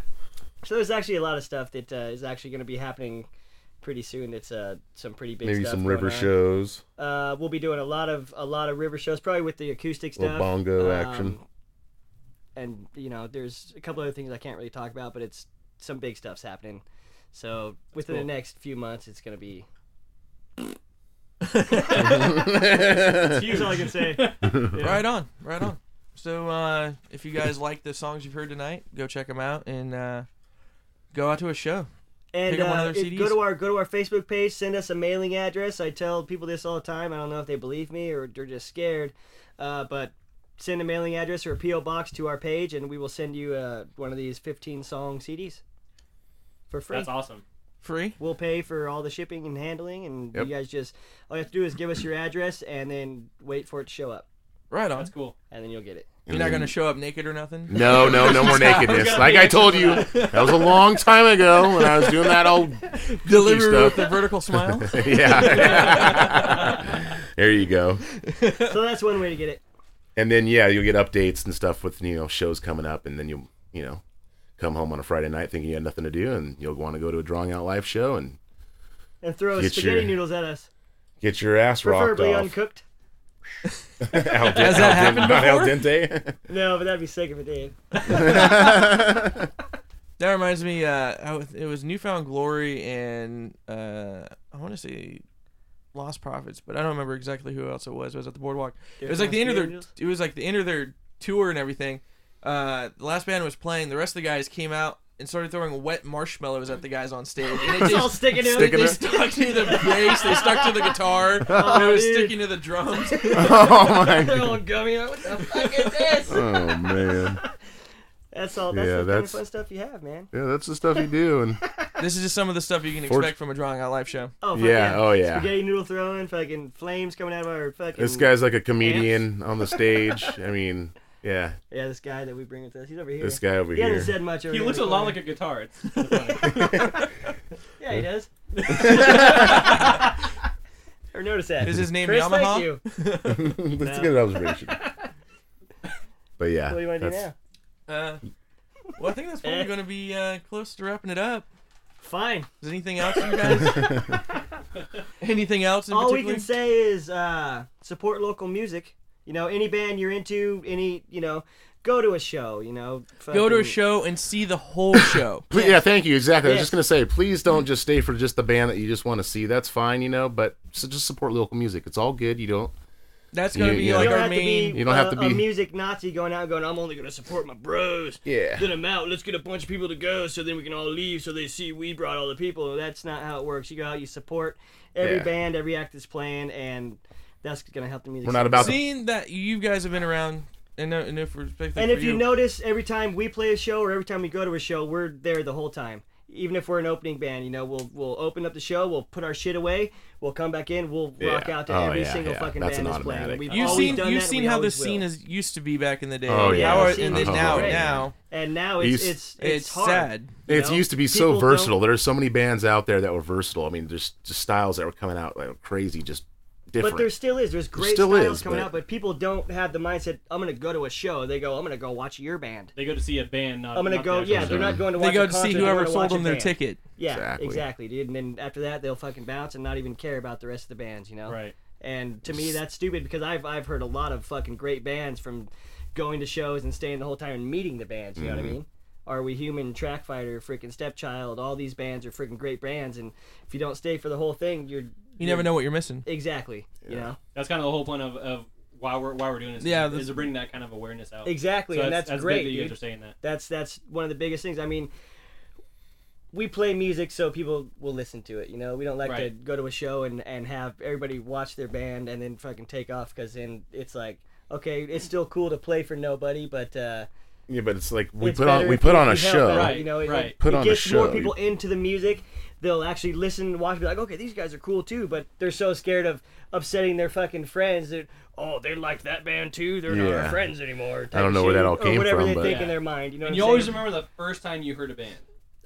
So there's actually a lot of stuff that uh, is actually going to be happening pretty soon. That's uh, some pretty big
Maybe
stuff
some
going
river
on.
shows,
Uh, we'll be doing a lot of a lot of river shows, probably with the acoustic
little
stuff.
bongo
Um,
action.
And you know, there's a couple other things I can't really talk about, but it's some big stuff's happening. So within the next few months, it's going to be. That's all I can say.
Right on, right on. So uh, if you guys like the songs you've heard tonight, go check them out and uh, Go out to a show.
And
Pick up one of
uh,
their
if- go
CDs.
to our go to our Facebook page. Send us a mailing address. I tell people this all the time. I don't know if they believe me or they're just scared, uh, but send a mailing address or a PO box to our page, and we will send you uh, one of these 15 song CDs for free.
That's awesome.
Free.
We'll pay for all the shipping and handling, and
Yep.
you guys just all you have to do is give us your address and then wait for it to show up,
Right on.
That's cool.
and then you'll get it.
You're not gonna show up naked or nothing.
No, no, no more nakedness. Like I told you, that was a long time ago when I was doing that old.
Deliver
stuff.
with a vertical smile.
Yeah. there you go.
so that's one way to get it.
and then yeah, you'll get updates and stuff with you know shows coming up, and then you'll you know come home on a Friday night thinking you had nothing to do, and you'll want to go to a drawing out live show and
And throw
Get
spaghetti
your-
noodles at us,
get your ass rocked
preferably
off.
uncooked.
Al dente-
Has that happened
Not al
before?
dente.
No, but that'd be sick if it did.
That reminds me. Uh, I was- it was Newfound Glory and uh, I want to say Lost Prophets, but I don't remember exactly who else it was. It was at the Boardwalk. it was like the end of their.
Angels?
It was like the end of their tour and everything. Uh, the last band was playing. The rest of the guys came out and started throwing wet marshmallows at the guys on stage. And it
It's all
just,
sticking to
they,
it.
Sticking
they
to-
stuck to the bass. They stuck to the guitar. it was
Oh, dude.
sticking to the drums.
Oh my.
They're all gummy. What the fuck is this?
Oh man.
That's all. That's
Yeah,
the kind of
that's-
fun stuff you have, man.
Yeah, that's the stuff you do, and
this is just some of the stuff you can
Forge-
expect from a drawing out live show.
Oh fuck
Yeah, oh, yeah.
Spaghetti noodle throwing, fucking flames coming out of our fucking.
this guy's like a comedian on the stage. I mean, yeah,
Yeah, this guy that we bring with us. He's over here.
this guy over
He
here.
hasn't said much. Over
He
here
looks a
before.
lot like a guitar. It's kinda funny.
Yeah, he does. Ever notice that?
Is his name
Chris,
Yamaha?
thank you.
That's a good observation. But yeah,
What do you want to do
that's-
now?
Uh, well, I think that's probably
Eh.
going to be uh, close to wrapping it up.
Fine.
Is anything else, you guys? anything else in
All we
particular?
can say is uh, support local music. You know, any band you're into, any you know, go to a show. You know,
Go to a
fucking-
show and see the whole show.
Ple- yeah, thank you. Exactly. I was
Yes.
just gonna say, please don't just stay for just the band that you just want to see. That's fine, you know. But so just support local music. It's all good. You don't.
That's going to
You-
be
you
like
You don't
our
have to
main.
be,
You don't
a,
have to
a
be-
music Nazi going out and going, I'm only going to support my bros.
Yeah.
Then I'm out. Let's get a bunch of people to go so then we can all leave so they see we brought all the people. That's not how it works. You go out, you support every
Yeah.
band, every act that's playing, and that's going to help the music.
We're not about. The,
Seeing that you guys have been around, and no, and no respect for
and if you notice, every time we play a show or every time we go to a show, we're there the whole time. Even if we're an opening band, you know, we'll we'll open up the show, we'll put our shit away, we'll come back in, we'll rock
Yeah.
out to
Oh,
every
yeah,
single
yeah.
fucking
That's
band
an
that's playing.
automatic.
We've
You've
always
seen
done
you've
that, and
seen
we
how the
always
scene
will.
is used to be back in the day.
Oh, yeah.
Now,
Yeah, Uh-huh.
it-
it's-
and
it's
then now
great.
now
and now
You
it's
s-
it's
it's,
hard.
sad.
you
it
know?
used to be
People
so
don't-
versatile. There are so many bands out there that were versatile. I mean, there's just styles that were coming out like crazy, just different.
But there still is. There's great
still
styles
is,
coming
but-
out, but people don't have the mindset. I'm gonna go to a show. They go. I'm gonna go watch your band.
they go to see a band. Not,
I'm gonna
not
go.
the actual
Yeah,
show.
they're not going to watch.
They go
a
to
concert,
see
they're going
whoever
to
sold
watch a
them their
band.
ticket.
Yeah,
Exactly.
exactly. dude. And then after that, they'll fucking bounce and not even care about the rest of the bands. You know.
Right.
And to me, that's stupid because I've I've heard a lot of fucking great bands from going to shows and staying the whole time and meeting the bands. You know what I mean? Are we human? Track Fighter, freaking Stepchild. All these bands are freaking great bands, and if you don't stay for the whole thing, you're
You never know what you're missing.
exactly. You know.
That's kind of the whole point of, of why we're why we're doing this.
Yeah,
is,
the-
is to bring that kind of awareness out.
Exactly,
So
and
that's,
that's,
that's
great.
Big that you guys
dude.
are saying that.
That's that's one of the biggest things. I mean, we play music so people will listen to it. You know, we don't like to
Right.
go to a show and and have everybody watch their band and then fucking take off because then it's like. Okay, it's still cool to play for nobody, but uh,
yeah, but it's like we
it's
put on
better
we
if
put
you-
on a
if you help
show.
out,
Right.
You know, it,
right.
it,
Put
it
on a
gets more
show.
people into the music. They'll actually listen, and watch, be like, okay, these guys are cool too. But they're so scared of upsetting their fucking friends that oh, they like that band too. They're not
Yeah.
our friends anymore. type
don't
of
know where
shit,
that all
or
came
whatever
from,
they
but-
think in
Yeah.
their mind. You know,
And
what
you
I'm
always
saying?
remember the first time you heard a band.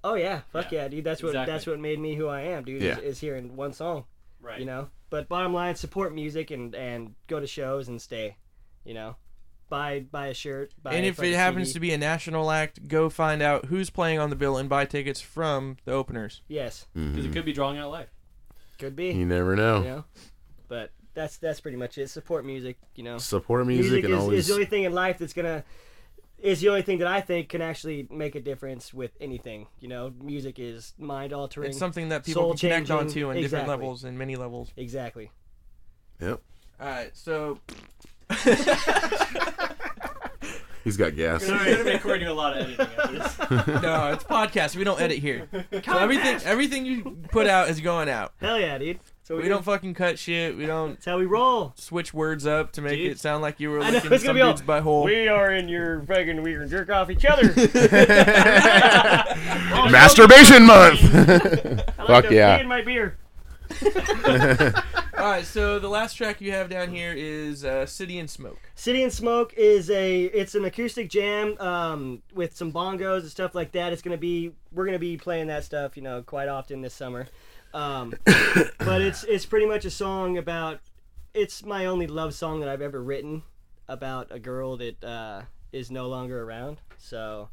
Oh yeah, fuck yeah, dude. That's what
Exactly.
that's what made me who I am, dude.
Yeah.
Is, is hearing one song,
Right.
you know. But bottom line, support music and and go to shows and stay, you know. Buy buy a shirt. Buy
And
a
if it happens to be a national act, go find out who's playing on the bill and buy tickets from the openers.
yes,
Because it could be drawing out life.
could be,
You never know.
you know. But that's that's pretty much it. Support music, you know.
Support music, and
is,
always
is the only thing in life that's gonna is the only thing that I think can actually make a difference with anything. You know, music is mind altering.
It's something that people
Soul
can connect
changing,
onto on different
exactly.
levels and many levels.
Exactly.
Yep.
All right, so
He's got gas.
We're gonna be recording a lot of editing after this.
No, it's podcast. We don't edit here. So everything everything you put out is going out.
Hell yeah, dude. So
We don't fucking cut shit. We don't
That's how we roll.
switch words up to make
Dude.
it sound like you were
I know,
looking
it's
some
gonna be all-
dude's butthole.
We are in your fucking. We can jerk off each other.
Masturbation month. Fuck yeah.
in my beer.
All right, so the last track you have down here is uh, "City and Smoke."
City and Smoke is a it's an acoustic jam um, with some bongos and stuff like that. It's gonna be we're gonna be playing that stuff you know quite often this summer, um, but it's it's pretty much a song about it's my only love song that I've ever written about a girl that uh, is no longer around. So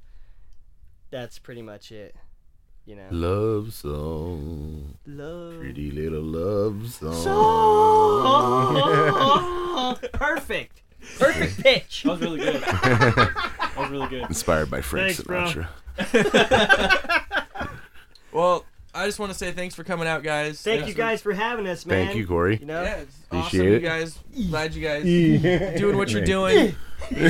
that's pretty much it. You know,
Love song.
love.
Pretty little love song.
Perfect. Perfect pitch.
That was really good. That was really good.
Inspired by Frank
Thanks, bro.
Sinatra.
Well, I just want to say thanks for coming out, guys.
Thank
Thanks
you
for-
guys for having us, man.
Thank you, Corey.
You know,
Yeah, it's awesome,
Appreciate
you
it.
guys. Glad you guys doing what you're doing. you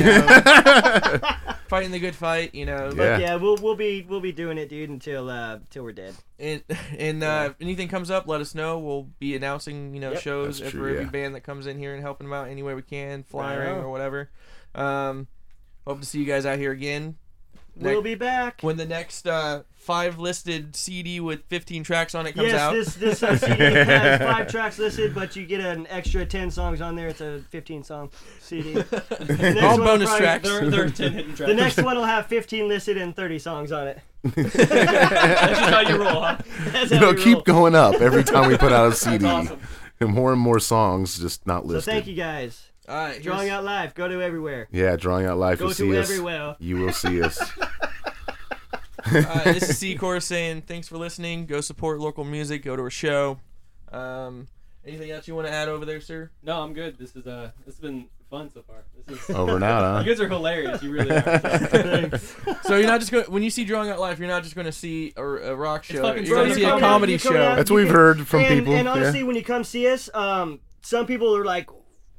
know, fighting the good fight, you know.
But
Yeah.
yeah, we'll we'll be we'll be doing it, dude, until uh till we're dead.
And and uh, if anything comes up, let us know. We'll be announcing, you know,
Yep.
shows
That's
for
true,
every
yeah.
band that comes in here and helping them out any way we can, flyering
Right on.
or whatever. Um, hope to see you guys out here again
We'll be back.
when the next uh, five listed CD with 15 tracks on it comes
Yes,
out.
this this uh, CD has five tracks listed, but you get an extra ten songs on there. It's a fifteen song CD. The
All
next one
bonus
probably-
tracks.
There, there are ten hidden tracks.
The next one will have fifteen listed and thirty songs on it.
That's just how you roll, huh?
That's
You
how
know,
we
keep
roll.
going up every time we put out a CD.
awesome.
And more and more songs just not
So
listed.
thank you guys.
All right,
Drawing
here's-
out live. Go to everywhere.
Yeah, drawing out life.
Go
You'll
to
see us.
everywhere.
You will see us.
uh, this is C Chorus saying thanks for listening. Go support local music. Go to a show. Um, anything else you want to add over there, sir?
No, I'm good. This is uh, this has been fun so far. This is.
Over and out,
You
huh?
guys are hilarious. You really are.
So you're not just going when you see Drawing Out Life, you're not just going to see a, a rock show.
fucking
You're going to
Bro,
see
you're
a
coming
out-
comedy
you're coming
show.
out-
That's what we've heard from
and,
people.
And
yeah.
honestly, when you come see us, um, some people are like,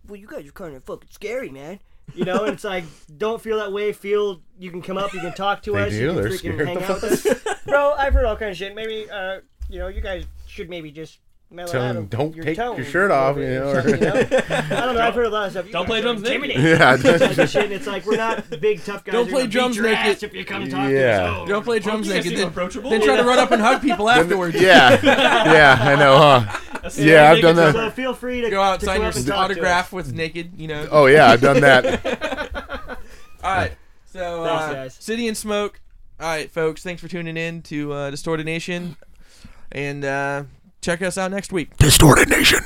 "Well, you guys are kind of fucking scary, man." You know, and it's like, don't feel that way. Feel you can come up, you can talk to
They
us,
do,
you can
they're
freaking
scared.
hang out with us. Bro, I've heard all kinds of shit. Maybe, uh, you know, you guys should maybe just mellow
Tell
out
them,
of
"Don't
your
take
tone
your shirt off,"
or
you know,
something,
or-
you know? I don't know. I've heard a lot of stuff. You
Don't
guys
play
are
drums naked.
intimidating.
yeah.
Like, shit, and it's like we're not big tough guys.
Don't
who are
play
gonna
drums
beat your
naked.
ass If you come talk
Yeah.
to us.
Don't play drums
You guys
naked.
seem
Then,
approachable.
then try to run up and hug people afterwards.
Yeah. Yeah, I know, huh?
That's-
Yeah, I've done
naked-
that.
So feel free to
Go out,
to
sign
come
your
up and talk to
autograph with naked. You know.
Oh, yeah, I've done that.
All right. So
Thanks,
uh,
guys.
City and Smoke. All right, folks. Thanks for tuning in to uh, Distorted Nation, and uh, check us out next week.
Distorted Nation.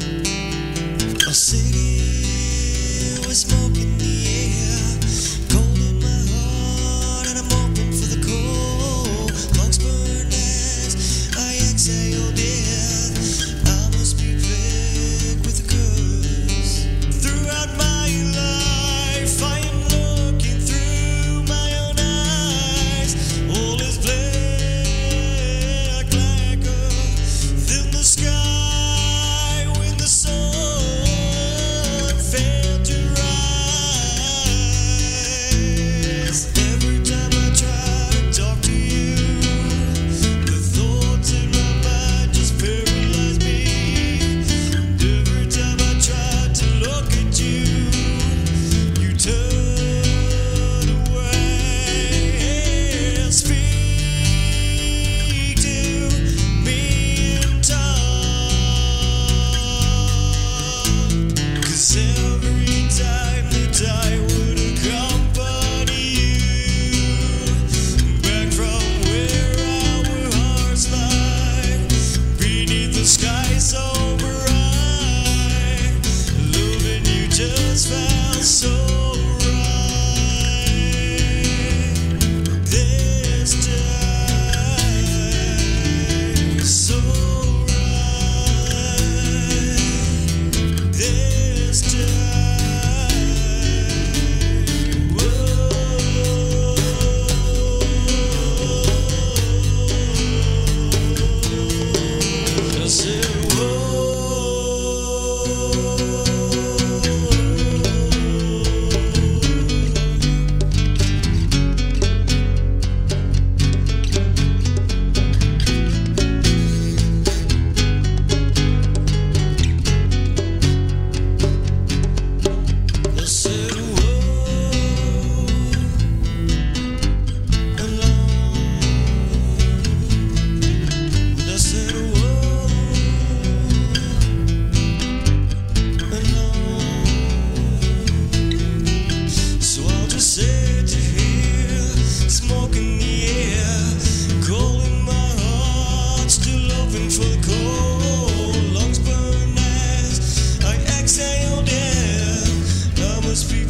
A city with smoke in the air, cold in my heart, and I'm open for the cold. Lungs burn as I exhale death. I must be plagued with a curse. Throughout my life, I am looking through my own eyes. All is black. must be